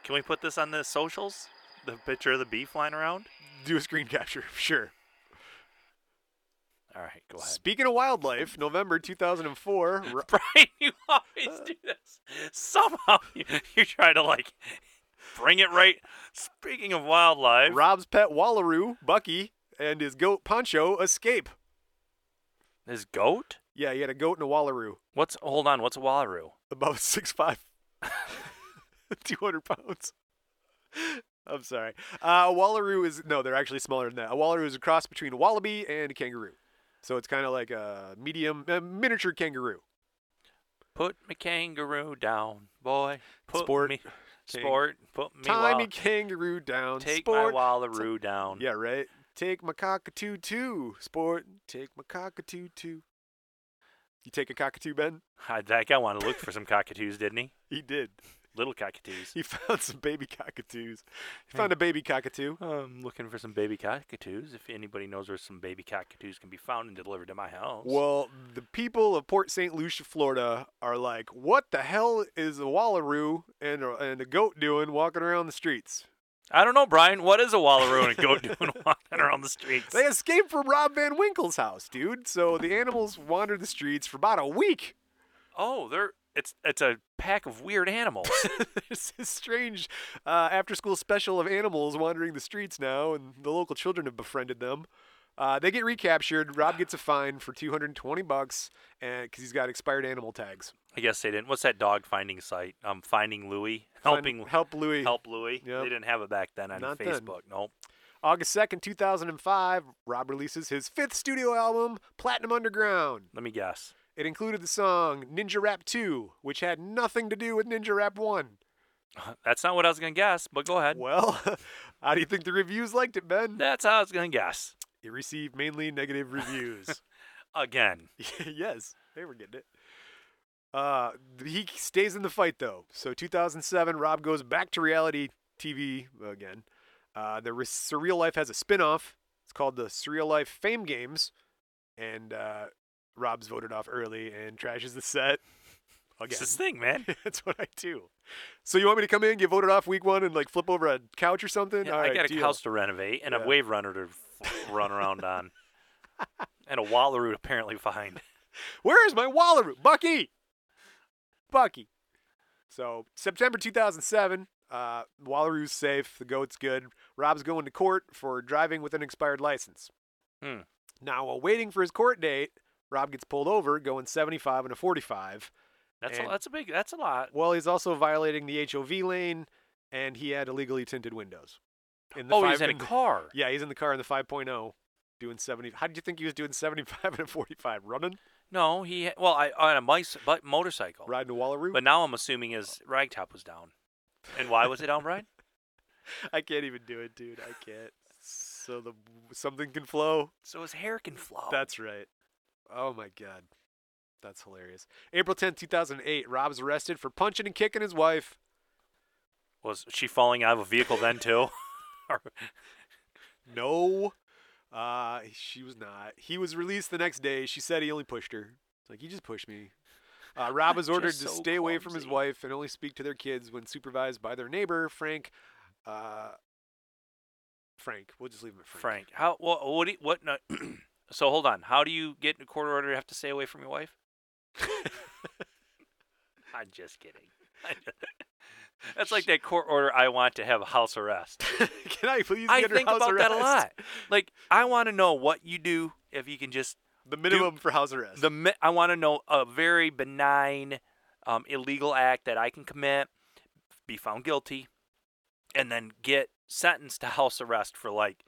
S2: Can we put this on the socials? The picture of the bee flying around?
S1: Do a screen capture, sure.
S2: All right, go ahead.
S1: Speaking of wildlife, November 2004. Ro-
S2: Brian, you always do this. Somehow you, you try to like bring it right. Speaking of wildlife,
S1: Rob's pet Wallaroo, Bucky, and his goat Poncho escape.
S2: this goat?
S1: Yeah, he had a goat and a Wallaroo,
S2: What's hold on? What's a wallaroo?
S1: about 6'5, 200 pounds. I'm sorry. Uh, a Wallaroo is, no, they're actually smaller than that. A Wallaroo is a cross between a wallaby and a kangaroo. So it's kind of like a medium, a miniature kangaroo.
S2: Put me kangaroo down, boy. Put
S1: Sport.
S2: me
S1: Kang-
S2: sport. Put me
S1: Tie me
S2: wall-
S1: kangaroo down.
S2: take
S1: sport.
S2: my wallaroo down.
S1: Yeah, right. Take my cockatoo too, sport. Take my cockatoo too. You take a cockatoo, Ben?
S2: I, that guy wanted to look for some cockatoos, didn't he?
S1: He did.
S2: Little cockatoos.
S1: He found some baby cockatoos.
S2: Hmm.
S1: He found a baby cockatoo.
S2: I'm Um, looking for some baby cockatoos. If anybody knows where some baby cockatoos can be found and delivered to my house.
S1: Well, the people of Port St. Lucia, Florida, are like, "What the hell is a wallaroo and a, and a goat doing walking around the streets?"
S2: I don't know, Brian. What is a wallaroo and a goat doing walking around the streets?
S1: They escaped from Rob Van Winkle's house, dude. So the animals wandered the streets for about a week.
S2: oh, they're it's it's a pack of weird animals.
S1: There's this strange uh, after school special of animals wandering the streets now, and the local children have befriended them. Uh, they get recaptured. Rob gets a fine for 220 bucks because he's got expired animal tags.
S2: I guess they didn't. What's that dog finding site? Um, finding Louie,
S1: Fine-
S2: helping
S1: help Louis.
S2: help Louie.
S1: Yep.
S2: They didn't have it back then on
S1: Not then.
S2: Facebook. Nope.
S1: August 2nd, 2005, Rob releases his fifth studio album, Platinum Underground.
S2: Let me guess.
S1: It included the song Ninja Rap 2, which had nothing to do with Ninja Rap 1.
S2: That's not what I was gonna guess, but go ahead.
S1: Well, how do you think the reviews liked it, Ben?
S2: That's how I was gonna guess.
S1: It received mainly negative reviews.
S2: Again.
S1: yes, they were getting it. Uh, he stays in the fight though. So 2007, Rob goes back to reality TV again. Uh, the Re- Surreal Life has a spin-off. It's called the Surreal Life Fame Games, and uh, Rob's voted off early and trashes the set again.
S2: It's this thing, man.
S1: That's what I do. So you want me to come in, get voted off week one, and like flip over a couch or something?
S2: Yeah,
S1: All
S2: I
S1: right,
S2: got a
S1: deal.
S2: house to renovate and
S1: Yeah.
S2: a wave runner to f- run around on. And a wallaroo to apparently find.
S1: Where is my Wallaroo? Bucky! Bucky. So, September 2007, uh, Wallaroo's safe. The goat's good. Rob's going to court for driving with an expired license.
S2: Hmm.
S1: Now, while waiting for his court date, Rob gets pulled over going 75 and a 45.
S2: That's
S1: And-
S2: a, that's a big that's a lot.
S1: Well, he's also violating the HOV lane, and he had illegally tinted windows. In
S2: oh,
S1: five-
S2: he's in a car.
S1: Yeah, he's in the car in the 5.0 doing 70. How did you think he was doing 75 and a 45? Running?
S2: No, he well, I on a mice, but motorcycle.
S1: Riding a Wallaroo?
S2: But now I'm assuming his ragtop was down. And why was it down, Brian?
S1: I can't even do it, dude. I can't. So the something can flow.
S2: So his hair can flow.
S1: That's right. Oh my god. That's hilarious. April tenth, two 2008, Rob's arrested for punching and kicking his wife.
S2: was she falling out of a vehicle then too?
S1: No. Uh, she was not. He was released the next day. She said he only pushed her. It's like, you just pushed me. Uh, Rob was ordered
S2: Just
S1: to
S2: so
S1: stay away from his
S2: clumsy.
S1: wife and only speak to their kids when supervised by their neighbor, Frank. Uh, Frank. We'll just leave him at Frank.
S2: Frank, how what what do you, what no, So hold on. How do you get in a court order to have to stay away from your wife? I'm just kidding. That's like that court order I want to have house arrest.
S1: Can I please
S2: I
S1: get her
S2: think
S1: house
S2: about that a
S1: arrest?
S2: lot. Like I want to know what you do if you can just
S1: The minimum for house arrest.
S2: the mi- I want to know a very benign um, illegal act that I can commit, be found guilty, and then get sentenced to house arrest for like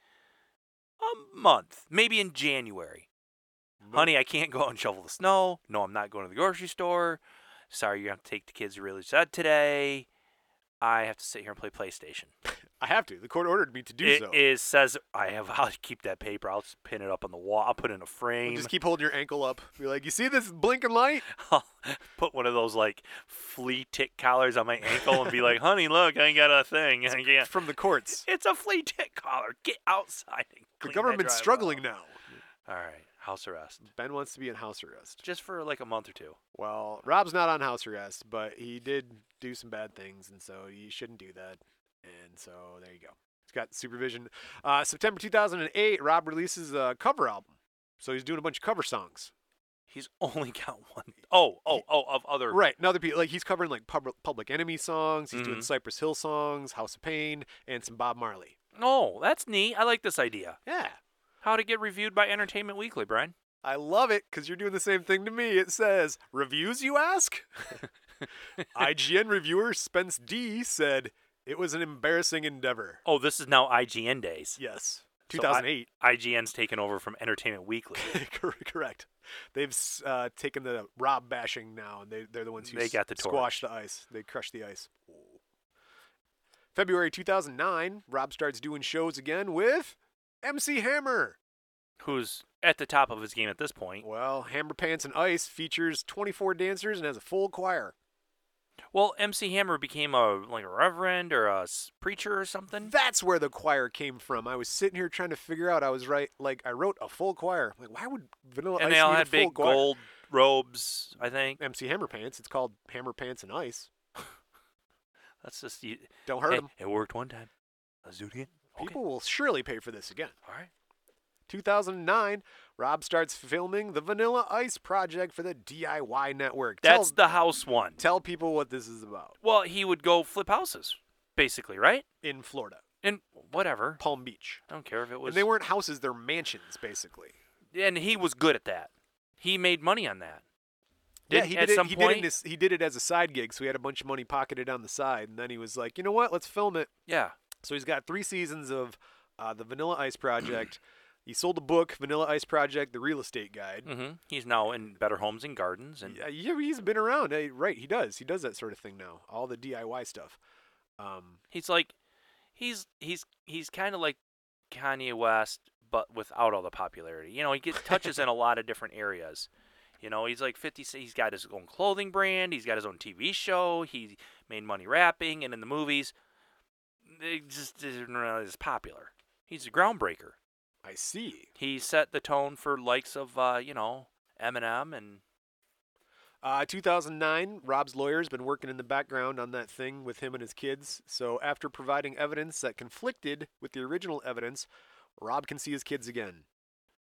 S2: a month, maybe in January. Honey, I can't go out and shovel the snow. No, I'm not going to the grocery store. Sorry, you have to take the kids to religious ed today. I have to sit here and play PlayStation.
S1: I have to. The court ordered me to do
S2: It
S1: so.
S2: is- says I have. I'll keep that paper. I'll just pin it up on the wall. I'll put it in a
S1: Well,
S2: frame.
S1: just keep holding your ankle up. Be like, you see this blinking light?
S2: I'll put one of those like flea tick collars on my ankle and be like, "Honey, look, I ain't got a thing. I can't.
S1: From the courts.
S2: It's a flea tick collar. Get outside." And
S1: The
S2: clean that
S1: government's
S2: drywall."
S1: struggling now.
S2: All right, house arrest,
S1: Ben wants to be in house arrest.
S2: just for like a month or two.
S1: Well, Rob's not on house arrest, but he did do some bad things, and so you shouldn't do that. And so there you go. He's got supervision. Uh, September 2008, Rob releases a cover album. So he's doing a bunch of cover songs.
S2: He's only got one. Oh, oh, oh, of other.
S1: Right. And other people, like he's covering like pub- Public Enemy songs. He's doing
S2: Mhm.
S1: Cypress Hill songs, House of Pain, and some Bob Marley.
S2: No, that's neat. I like this idea.
S1: Yeah.
S2: How to get reviewed by Entertainment Weekly, Brian?
S1: I love it because you're doing the same thing to me. It says, reviews, you ask? IGN reviewer Spence D said, it was an embarrassing endeavor.
S2: Oh, this is now IGN days.
S1: Yes.
S2: So I-
S1: 2008.
S2: IGN's taken over from Entertainment Weekly.
S1: Cor- Correct. They've s- uh, taken the Rob bashing now, and they, they're the ones who
S2: They
S1: s-
S2: got the torch.
S1: squash the ice. They crush the ice. February 2009, Rob starts doing shows again with MC Hammer.
S2: Who's at the top of his game at this point?
S1: Well, Hammer Pants and Ice features 24 dancers and has a full choir.
S2: Well, MC Hammer became a like a reverend or a s- preacher or something.
S1: That's where the choir came from. I was sitting here trying to figure out. I was right. Like I wrote a full choir. Like why would Vanilla
S2: and
S1: Ice
S2: they all
S1: need
S2: had
S1: a full
S2: big
S1: choir?
S2: gold robes, I think.
S1: MC Hammer Pants. It's called Hammer Pants and Ice.
S2: That's just you,
S1: Don't hurt
S2: hey,
S1: them.
S2: It worked one time. Let's do it again. Okay.
S1: People will surely pay for this again.
S2: All right.
S1: 2009, Rob starts filming the Vanilla Ice project for the DIY network.
S2: That's
S1: tell,
S2: the house one.
S1: tell people what this is about
S2: well, he would go flip houses, basically, right?
S1: in Florida,
S2: And whatever.
S1: Palm Beach.
S2: I don't care if it was.
S1: And they weren't houses; they're mansions, basically.
S2: and he was good at that. He made money on that.
S1: Yeah,
S2: Didn't
S1: he
S2: at
S1: did, it,
S2: some
S1: he, did it
S2: point,
S1: in his, he did it as a side gig, so he had a bunch of money pocketed on the side, and then he was like, you know what? Let's film it.
S2: yeah,
S1: So he's got three seasons of uh, the Vanilla Ice Project. he sold the book, Vanilla Ice Project, The Real Estate Guide.
S2: hmm He's now in Better Homes and Gardens, and
S1: Yeah, yeah, he's been around. eh, right, he does. He does that sort of thing now. All the DIY stuff. Um,
S2: he's like, he's he's he's kind of like Kanye West, but without all the popularity. You know, he gets touches in a lot of different areas. You know, he's like 50. He's got his own clothing brand. He's got his own TV show. He made money rapping and in the movies. It just isn't really as popular. He's a groundbreaker.
S1: I see.
S2: He set the tone for likes of uh, you know Eminem and
S1: Uh, 2009, Rob's lawyer's been working in the background on that thing with him and his kids. So after providing evidence that conflicted with the original evidence, Rob can see his kids again.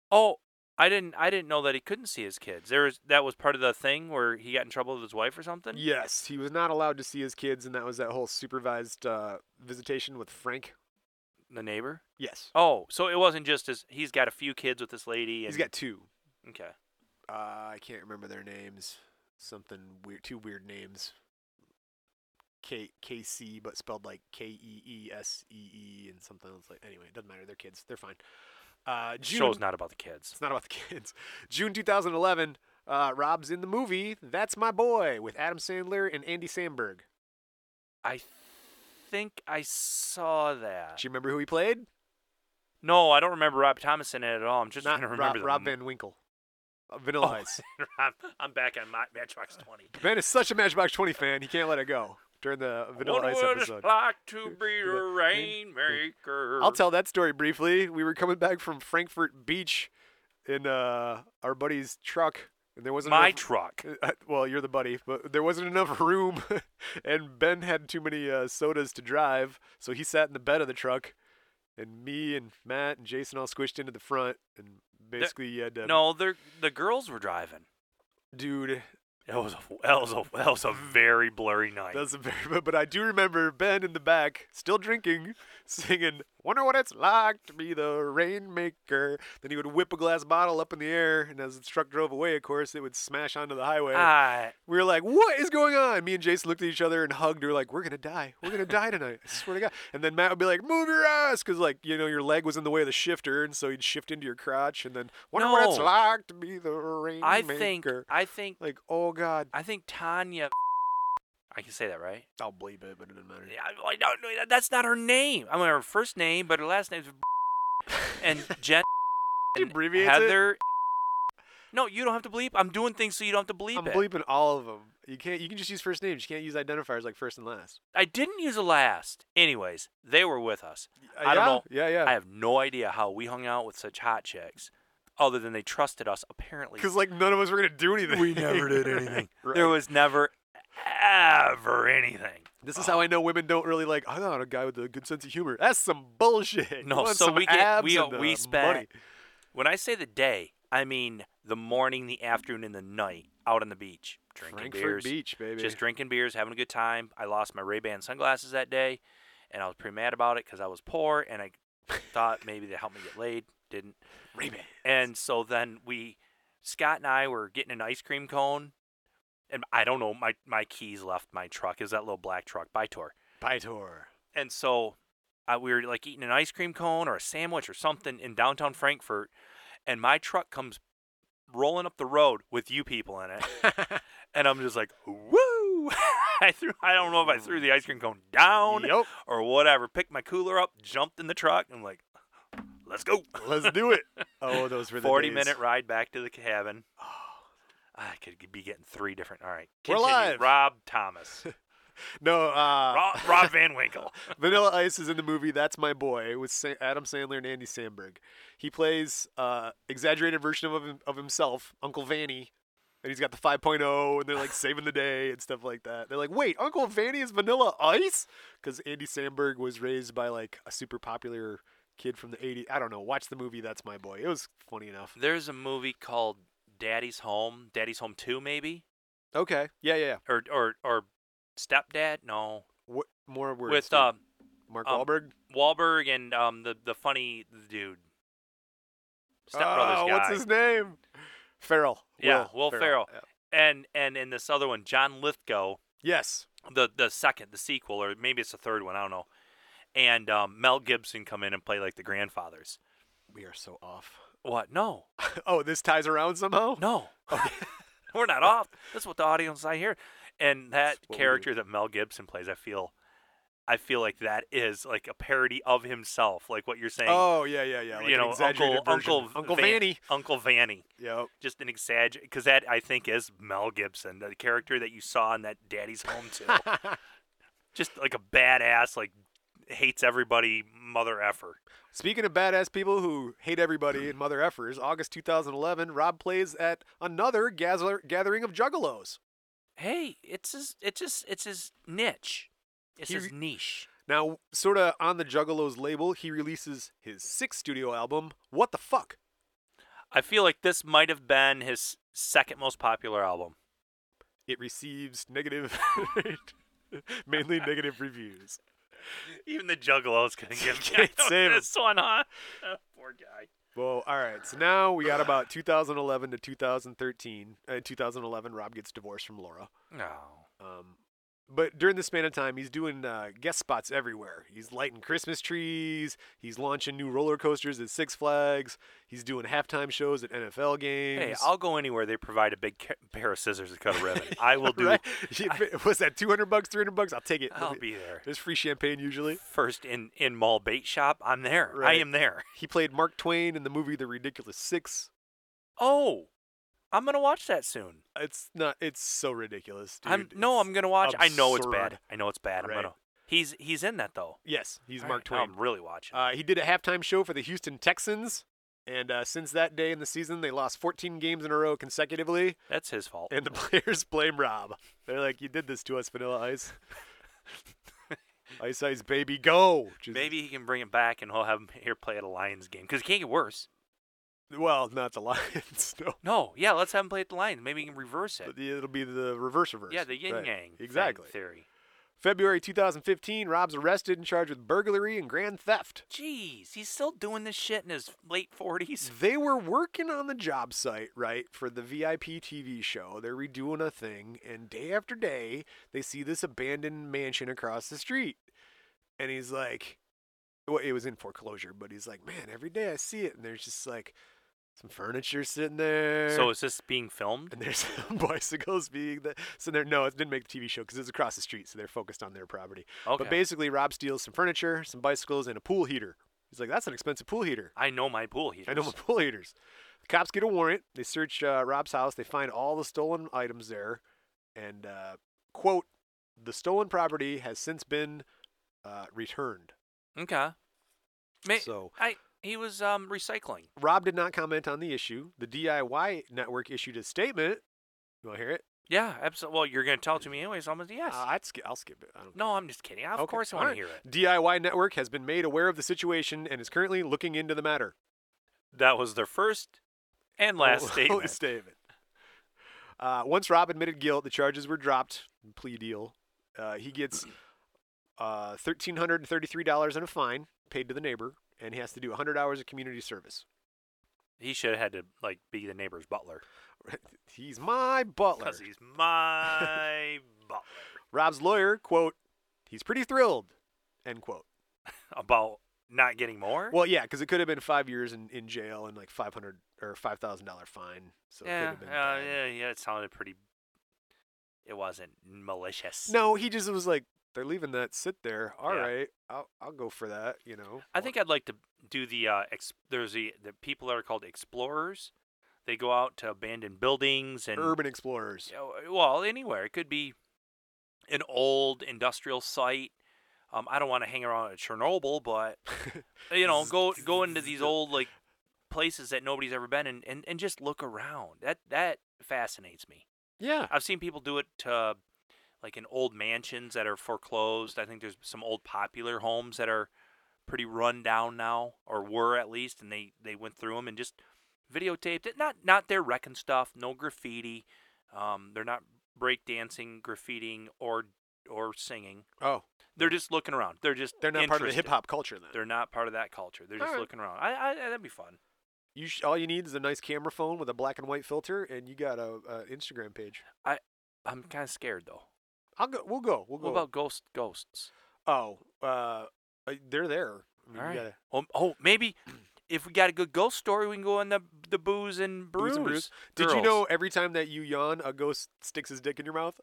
S2: Oh, I didn't. I didn't know that he couldn't see his kids. There was that was part of the thing where he got in trouble with his wife or something.
S1: Yes, he was not allowed to see his kids, and that was that whole supervised uh, visitation with Frank.
S2: The neighbor.
S1: Yes,
S2: Oh, so it wasn't just his. He's got a few kids with this lady. And,
S1: he's got two.
S2: Okay.
S1: Uh, I can't remember their names. Something weird. Two weird names. K K C, but spelled like K E E S E E, and something else like. Anyway, it doesn't matter. They're kids. They're fine. Uh, June.
S2: Show's not about the kids.
S1: It's not about the kids. June 2011, uh, Rob's in the movie That's My Boy with Adam Sandler and Andy Samberg.
S2: I think I saw that.
S1: Do you remember who he played?
S2: No, I don't remember Rob Thomas in it at all. I'm just
S1: Not
S2: trying to
S1: Rob,
S2: remember Oh. the
S1: Rob
S2: mo-
S1: Van Winkle. Uh, Vanilla Ice.
S2: I'm, I'm back on my Matchbox 20.
S1: Ben is such a Matchbox 20 fan, he can't let it go during the Vanilla
S2: What
S1: Ice
S2: would
S1: episode.
S2: it like to be a rainmaker?
S1: I'll tell that story briefly. We were coming back from Frankfurt Beach in uh, our buddy's truck, and there wasn't
S2: my
S1: enough-
S2: truck.
S1: Uh, well, you're the buddy, but there wasn't enough room, and Ben had too many uh, sodas to drive, so he sat in the bed of the truck, and me and Matt and Jason all squished into the front, and basically you had to.
S2: No, they're, the girls were driving.
S1: dude,
S2: That was a that was a that was a very blurry night.
S1: that's a very. But, but I do remember Ben in the back, still drinking, singing "Wonder What It's Like to Be the Rainmaker." Then he would whip a glass bottle up in the air, and as the truck drove away, of course, it would smash onto the highway.
S2: I
S1: We were like, what is going on? Me and Jason looked at each other and hugged. We were like, we're going to die. We're going to die tonight. I swear to God. And then Matt would be like, move your ass. Because, like, you know, your leg was in the way of the shifter. And so he'd shift into your crotch. And then, wonder what it's
S2: No.
S1: like to be the rainmaker.
S2: I think I think
S1: Like, oh, God.
S2: I think Tanya. I can say that right.
S1: I'll bleep it, but it doesn't matter.
S2: Yeah, I, I don't know. That's not her name. I mean, her first name, but her last name's and Jen.
S1: She
S2: and
S1: abbreviates it?
S2: Heather. No, you don't have to bleep. I'm doing things so you don't have to bleep
S1: I'm
S2: it.
S1: bleeping all of them. You can't. You can just use first names. You can't use identifiers like first and last.
S2: I didn't use a last. Anyways, they were with us. I
S1: Uh, yeah,
S2: don't know.
S1: Yeah, yeah.
S2: I have no idea how we hung out with such hot chicks, other than they trusted us. Apparently,
S1: Because like none of us were gonna do anything.
S2: We never did anything.
S1: Right.
S2: There was never ever anything.
S1: This is how I know women don't really like. I got a guy with a good sense of humor. That's some bullshit.
S2: No,
S1: You want
S2: so
S1: some
S2: we get-
S1: abs
S2: we-
S1: and, uh,
S2: we spent-
S1: money.
S2: When I say the day, I mean the morning, the afternoon, and the night out on the beach, drinking
S1: Frankfurt
S2: beers,
S1: Beach, baby.
S2: just drinking beers, having a good time. I lost my Ray Ban sunglasses that day, and I was pretty mad about it because I was poor and I thought maybe they helped me get laid. Didn't.
S1: Ray-Ban.
S2: And so then we, Scott and I were getting an ice cream cone, and I don't know my my keys left my truck. Is that little black truck by tour?
S1: Pytor.
S2: and so I, we were like eating an ice cream cone or a sandwich or something in downtown Frankfurt, and my truck comes rolling up the road with you people in it, and I'm just like, woo! I threw, I don't know if I threw the ice cream cone down
S1: Yep.
S2: or whatever. Picked my cooler up, jumped in the truck, and I'm like, let's go.
S1: Let's do it. Oh, those were the
S2: Forty
S1: days.
S2: minute ride back to the cabin. I could be getting three different. All right,
S1: We're
S2: continue.
S1: live.
S2: Rob Thomas,
S1: No, uh,
S2: Rob, Rob Van Winkle.
S1: Vanilla Ice is in the movie That's My Boy with Sa- Adam Sandler and Andy Samberg. He plays uh, exaggerated version of him- of himself, Uncle Vanny, and he's got the 5.0, and they're like saving the day and stuff like that. They're like, wait, Uncle Vanny is Vanilla Ice? Because Andy Samberg was raised by like a super popular kid from the 80s. I don't know. Watch the movie That's My Boy. It was funny enough.
S2: There's a movie called Daddy's Home, Daddy's Home Two, maybe,
S1: Okay. Yeah, yeah. yeah.
S2: or or or Stepdad. No,
S1: What more words?
S2: with
S1: dude?
S2: uh,
S1: Mark
S2: um,
S1: Wahlberg.
S2: Wahlberg and um the the funny dude. Step Brothers
S1: oh,
S2: guy.
S1: what's his name? Farrell.
S2: Yeah, Will Ferrell.
S1: Yeah.
S2: And and in this other one, John Lithgow,
S1: Yes.
S2: the the second, the sequel, or maybe it's the third one. I don't know. and um, Mel Gibson come in and play like the grandfathers.
S1: We are so off.
S2: What? No,
S1: Oh, this ties around somehow?
S2: no, we're not off. That's what the audience I hear. And that
S1: what we do.
S2: character that Mel Gibson plays, I feel, I feel like that is like a parody of himself, like what you're saying.
S1: Oh, yeah, yeah, yeah. Like
S2: you
S1: an
S2: know,
S1: exaggerated
S2: Uncle
S1: version.
S2: Uncle
S1: Uncle
S2: Van-
S1: Vanny.
S2: Uncle Vanny.
S1: Yep.
S2: just an exagger because that I think is Mel Gibson, the character that you saw in that Daddy's Home too. just like a badass, like hates everybody, mother effer.
S1: Speaking of badass people who hate everybody and mother effers, August 2011, Rob plays at another gather- gathering of juggalos.
S2: Hey, it's his, it's his, it's his niche. It's
S1: He
S2: his
S1: re-
S2: niche.
S1: Now, sort of on the juggalos label, he releases his sixth studio album, What the Fuck?
S2: I feel like this might have been his second most popular album.
S1: It receives negative, mainly negative reviews.
S2: Even the Juggalos couldn't give me
S1: Can't save him.
S2: this one, huh? Poor guy.
S1: Well, all right. So now we got about 2011 to 2013. In 2011, Rob gets divorced from Laura.
S2: No.
S1: Um, but during the span of time, he's doing uh, guest spots everywhere. He's lighting Christmas trees. He's launching new roller coasters at Six Flags. He's doing halftime shows at NFL games.
S2: Hey, I'll go anywhere they provide a big ca- pair of scissors to cut a ribbon. I will do.
S1: Right? Yeah, Was that 200 bucks, 300 bucks? I'll take it.
S2: I'll be there.
S1: There's free champagne usually.
S2: first in in mall bait shop i'm there
S1: Right.
S2: i am there
S1: He played Mark Twain in the movie The Ridiculous Six.
S2: oh i'm gonna watch that soon
S1: It's not. It's so ridiculous, dude.
S2: i'm no
S1: It's-
S2: i'm gonna watch i know it's
S1: absurd.
S2: bad i know it's bad
S1: Right.
S2: i'm gonna he's he's in that though
S1: Yes, he's
S2: All
S1: Mark
S2: right, now
S1: Twain.
S2: i'm really watching
S1: Uh, he did a halftime show for the Houston Texans, and uh, since that day in the season, they lost 14 games in a row consecutively.
S2: that's his fault
S1: And the players blame Rob. They're like, "You did this to us, Vanilla Ice." Ice Ice Baby, go! Just-
S2: maybe he can bring it back and he'll have him here play at a lions game because it can't get worse
S1: Well, not the Lions. No.
S2: no yeah let's have him play at the lions maybe he can reverse
S1: But
S2: it
S1: the- It'll be the reverse reverse.
S2: yeah the yin
S1: Right.
S2: yang thing
S1: Exactly.
S2: theory
S1: February 2015, Rob's arrested and charged with burglary and grand theft.
S2: jeez he's still doing this shit in his late 40s
S1: They were working on the job site, right, for the VIP TV show. They're redoing a thing, and day after day, they see this abandoned mansion across the street. And he's like, well, it was in foreclosure, but he's like, man, every day I see it, and there's just like some furniture sitting there.
S2: so is this being filmed
S1: and there's bicycles being the so there no it didn't make the tv show because it's across the street so they're focused on their property
S2: Okay.
S1: but basically rob steals some furniture some bicycles and a pool heater he's like that's an expensive pool heater
S2: i know my pool heaters.
S1: i know my pool heaters the cops get a warrant they search uh, rob's house they find all the stolen items there and uh, quote the stolen property has since been uh, returned
S2: Okay. May,
S1: So-
S2: I he was um recycling.
S1: rob did not comment on the issue the diy network issued a statement you want to hear it
S2: Yeah, absolutely. Well, you're gonna tell it to me anyways. I'm gonna yes.
S1: uh, I'd skip, i'll skip it i don't
S2: no, I'm just kidding. Of
S1: Okay,
S2: course, I want to
S1: alright.
S2: hear it.
S1: DIY Network has been made aware of the situation and is currently looking into the matter.
S2: That was their first and last
S1: Holy
S2: statement.
S1: statement. Uh, once Rob admitted guilt, the charges were dropped. Plea deal. Uh, he gets uh, $1,333 and a fine paid to the neighbor, and he has to do 100 hours of community service.
S2: He should have had to like be the neighbor's butler
S1: He's my butler.
S2: because he's my butler.
S1: Rob's lawyer, quote, he's pretty thrilled, end quote.
S2: About not getting more.
S1: Well, yeah, because it could have been five years in, in jail and like 500 or $5,000 fine. So it could
S2: yeah,
S1: have been
S2: uh,
S1: bad.
S2: yeah, yeah. It sounded pretty. It wasn't malicious.
S1: No, he just was like, they're leaving that sit there. All
S2: Yeah.
S1: right, I'll I'll go for that. You know.
S2: I think I'd like to do the uh, ex- there's the the people that are called explorers. They go out to abandoned buildings and
S1: urban explorers.
S2: Yeah, Well, anywhere. It could be an old industrial site. Um, I don't want to hang around at Chernobyl, but you know, go go into these old like places that nobody's ever been in and, and just look around. That that fascinates me.
S1: Yeah.
S2: I've seen people do it to like in old mansions that are foreclosed. I think there's some old popular homes that are pretty run down now, or were at least, and they they went through them and just videotaped it. Not not their wrecking stuff, no graffiti. Um, they're not breakdancing, graffiting, or or singing.
S1: Oh,
S2: They're just looking around. They're just
S1: they're not part of the
S2: interested.
S1: hip hop culture then.
S2: They're not part of that culture. They're just
S1: Alright.
S2: looking around. I, I that'd be fun.
S1: You sh- all you need is a nice camera phone with a black and white filter, and you got a, a Instagram page.
S2: I'm kind of scared though.
S1: I'll go. We'll go. We'll go.
S2: What about ghost ghosts?
S1: oh, uh, Uh, they're there. I mean,
S2: All right.
S1: you gotta,
S2: oh, oh, maybe if we got a good ghost story, we can go on the the booze and brews.
S1: Booze and brews. Did you
S2: Girls.
S1: know every time that you yawn, a ghost sticks his dick in your mouth?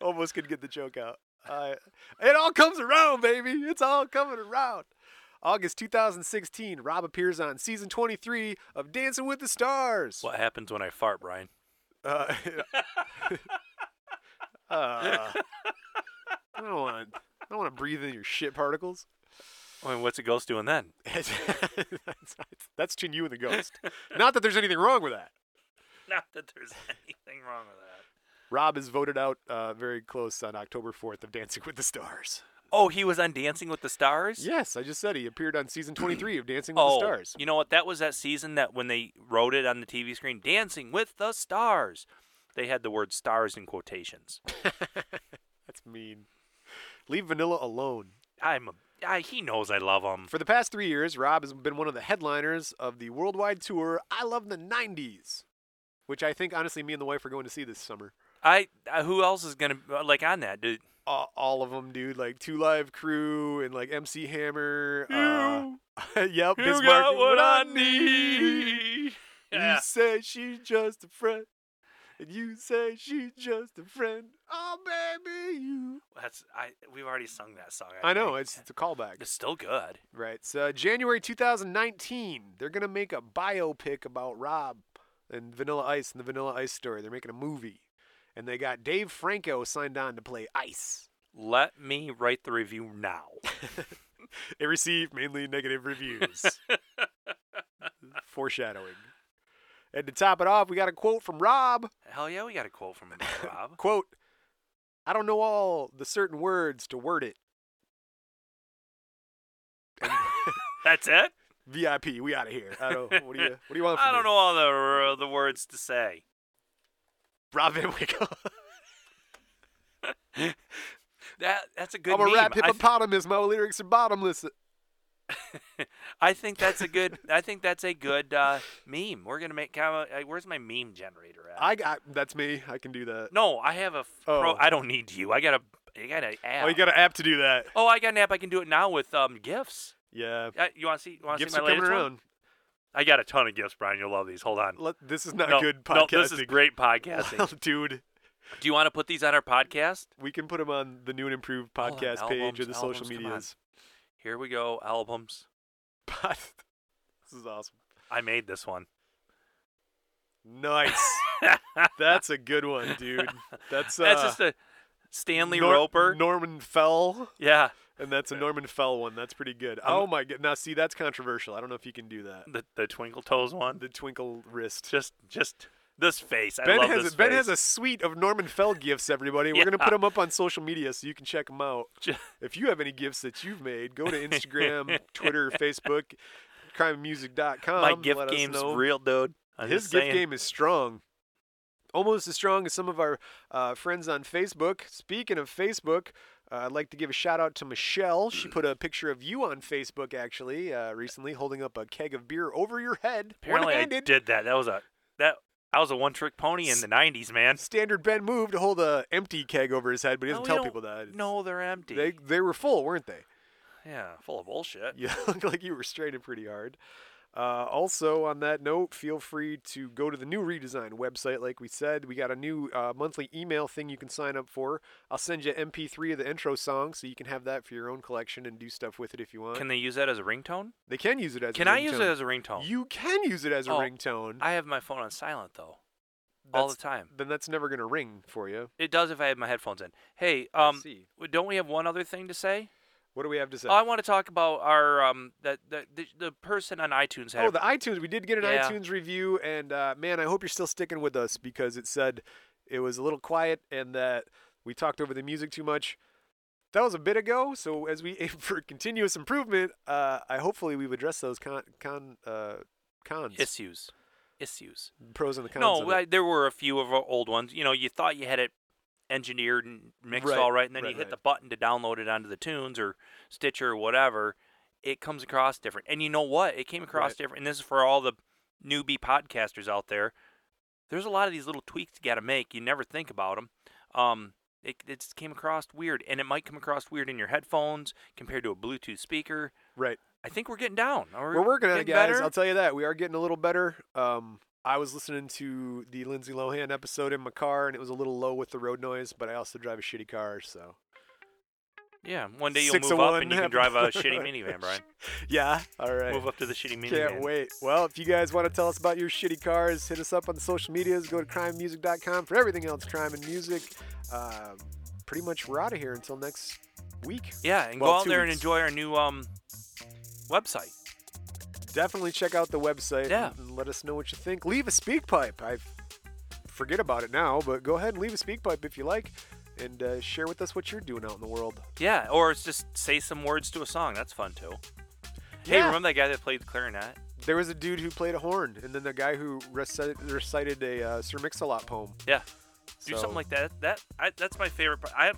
S1: Almost could get the joke out. I it all comes around, baby. It's all coming around. August 2016, Rob appears on season 23 of Dancing with the Stars.
S2: What happens when I fart, Brian?
S1: Uh, uh, I don't want. I don't want to breathe in your shit particles.
S2: I mean, what's a ghost doing then?
S1: that's, that's between you and the ghost. Not that there's anything wrong with that.
S2: Not that there's anything wrong with that.
S1: Rob is voted out uh, very close on October 4th of Dancing with the Stars.
S2: Oh, he was on Dancing with the Stars.
S1: Yes, I just said he appeared on season 23 of Dancing with
S2: Oh,
S1: the Stars.
S2: you know what? That was that season that when they wrote it on the TV screen, "Dancing with the Stars," they had the word "stars" in quotations.
S1: That's mean. Leave Vanilla alone.
S2: I'm a, I, he knows I love him.
S1: For the past three years, Rob has been one of the headliners of the worldwide tour I Love the 90s, which I think, honestly, me and the wife are going to see this summer.
S2: I, I who else is gonna like on that dude?
S1: Uh, all of them, dude. Like Two Live Crew and like MC Hammer. Uh, yep.
S2: You
S1: Bismarck,
S2: got what I need.
S1: You
S2: Yeah.
S1: say she's just a friend. And you say she's just a friend. Oh, baby, you.
S2: That's I. We've already sung that song.
S1: I know,
S2: think.
S1: it's, it's a callback.
S2: it's still good.
S1: Right. So, uh, January 2019, they're going to make a biopic about Rob and Vanilla Ice and the Vanilla Ice story. They're making a movie. And they got Dave Franco signed on to play Ice.
S2: Let me write the review now.
S1: It received mainly negative reviews. Foreshadowing. And to top it off, we got a quote from Rob.
S2: Hell yeah, we got a quote from him, Rob.
S1: Quote, I don't know all the certain words to word it.
S2: That's it.
S1: VIP, we out of here. I don't. What do you? What do you want? From
S2: I don't
S1: me?
S2: know all the the words to say.
S1: Rob Van Winkle.
S2: That that's a good.
S1: I'm a
S2: meme.
S1: rap
S2: I, th-
S1: hippopotamus. My lyrics are bottomless.
S2: I think that's a good. I think that's a good uh, meme. We're gonna make. Kind of, uh, where's my meme generator at?
S1: I got. That's me. I can do that.
S2: no, I have a f- pro.
S1: Oh.
S2: I don't need you. I got a. I got an app.
S1: Oh, you got an app to do that.
S2: Oh, I got an app. I can do it now with um, gifts.
S1: Yeah.
S2: Uh, you want to see? You want to
S1: Gifts
S2: see
S1: are
S2: my
S1: coming
S2: latest one?
S1: around.
S2: I got a ton of gifts, Brian. You'll love these. Hold on.
S1: Let, this is not
S2: no,
S1: good
S2: no,
S1: podcasting.
S2: this is great podcasting.
S1: dude.
S2: Do you want to put these on our podcast?
S1: We can put them on the new and improved
S2: Hold on,
S1: podcast page or the
S2: albums,
S1: social
S2: albums, come on.
S1: medias.
S2: Here we go. Albums.
S1: But this is awesome.
S2: I made this one.
S1: Nice. That's a good one, dude. That's uh,
S2: That's just a Stanley
S1: Nor-
S2: Roper.
S1: Norman Fell.
S2: yeah,
S1: And that's a Norman Fell one. That's pretty good. Oh my god! Now see, that's controversial. I don't know if you can do that.
S2: the the Twinkle Toes one.
S1: The twinkle wrist.
S2: Just just this face. I
S1: Ben
S2: love
S1: has
S2: this
S1: a, Ben has
S2: face.
S1: a suite of Norman Fell gifts. Everybody, we're gonna put them up on social media so you can check them out.
S2: Ju-
S1: If you have any gifts that you've made, go to Instagram, Twitter, Facebook, crimeandmusic.com.
S2: my
S1: and
S2: gift
S1: let us
S2: game's
S1: know.
S2: real, dude. I'm
S1: His
S2: just
S1: gift
S2: saying.
S1: game is strong. Almost as strong as some of our uh, friends on Facebook. Speaking of Facebook, uh, I'd like to give a shout out to Michelle. She put a picture of you on Facebook actually uh, recently, holding up a keg of beer over your head.
S2: Apparently, I
S1: one-handed.
S2: did that. That was a that I was a one trick pony in the '90s, man.
S1: Standard Ben move to hold a empty keg over his head, but he doesn't
S2: No, we
S1: tell
S2: don't-
S1: people that. It's-
S2: No, they're empty.
S1: They they were full, weren't they?
S2: yeah, full of bullshit.
S1: You look like you were straining pretty hard. Uh, also, on that note, feel free to go to the new redesign website. Like we said, we got a new uh, monthly email thing you can sign up for. I'll send you MP3 of the intro song, so you can have that for your own collection and do stuff with it if you want.
S2: Can they use that as a ringtone?
S1: they can use it as.
S2: Can
S1: I
S2: I use it as a ringtone?
S1: You can use it as a
S2: Oh,
S1: ringtone.
S2: I have my phone on silent though, all the
S1: That's-
S2: time.
S1: Then that's never gonna ring for you.
S2: It does if I have my headphones in. Hey,
S1: I
S2: um,
S1: see.
S2: w- don't we have one other thing to say?
S1: What do we have to say?
S2: Oh, I want to talk about our um that the the, the person on iTunes had.
S1: Oh,
S2: a-
S1: the iTunes. We did get an
S2: Yeah.
S1: iTunes review, and uh, man, I hope you're still sticking with us because it said it was a little quiet and that we talked over the music too much. That was a bit ago, so as we aim for continuous improvement, uh, I hopefully we've addressed those con, con uh, cons,
S2: issues, issues.
S1: pros and the cons.
S2: No,
S1: of it.
S2: I, there were a few of our old ones. You know, you thought you had it engineered and mixed
S1: Right,
S2: all right, and then
S1: right,
S2: you hit
S1: right.
S2: the button to download it onto the tunes or Stitcher or whatever. It comes across different, and you know what? It came across
S1: Right.
S2: different. And this is for all the newbie podcasters out there. There's a lot of these little tweaks you got to make. You never think about them. Um, It, it came across weird, and it might come across weird in your headphones compared to a Bluetooth speaker.
S1: Right.
S2: I think we're getting down. Or
S1: We're working on it,
S2: getting
S1: guys.
S2: better.
S1: I'll tell you that. We are getting a little better. Um, I was listening to the Lindsay Lohan episode in my car, and it was a little low with the road noise, but I also drive a shitty car, so.
S2: yeah, one day you'll
S1: Six
S2: move
S1: of
S2: up
S1: one
S2: and you can
S1: happened.
S2: drive a shitty minivan, Brian.
S1: Yeah. All right.
S2: Move up to the shitty minivan.
S1: Can't wait. Well, if you guys want to tell us about your shitty cars, hit us up on the social medias. Go to crimemusic.com for everything else crime and music. Uh, pretty much we're out of here until next week.
S2: Yeah, and
S1: Well,
S2: go out
S1: two
S2: there and
S1: weeks.
S2: enjoy our new um website.
S1: Definitely check out the website
S2: Yeah.
S1: and- and let us know what you think. Leave a speak pipe. I forget about it now, but go ahead and leave a speak pipe if you like and uh, share with us what you're doing out in the world.
S2: Yeah, or it's just say some words to a song. That's fun too. Hey,
S1: Yeah.
S2: remember that guy that played the clarinet?
S1: There was a dude who played a horn, and then the guy who recited, recited a uh, Sir Mix-a-Lot poem.
S2: Yeah, do
S1: So-
S2: something like that. That I, that's my favorite. part. I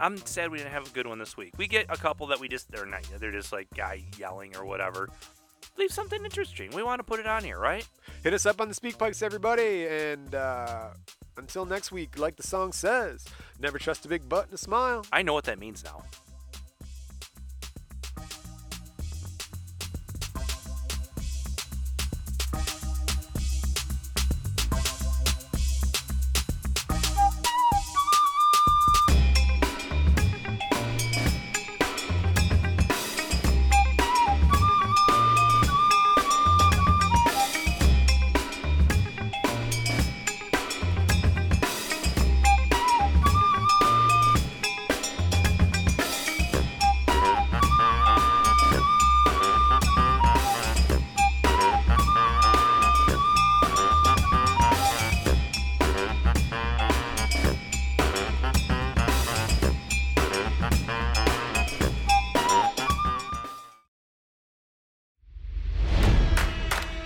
S2: I'm sad we didn't have a good one this week. We get a couple that we just they're not they're just like guy yelling or whatever. Leave something interesting. We want to put it on here, right?
S1: Hit us up on the speak pipes, everybody. And uh, until next week, like the song says, never trust a big butt and a smile.
S2: I know what that means now.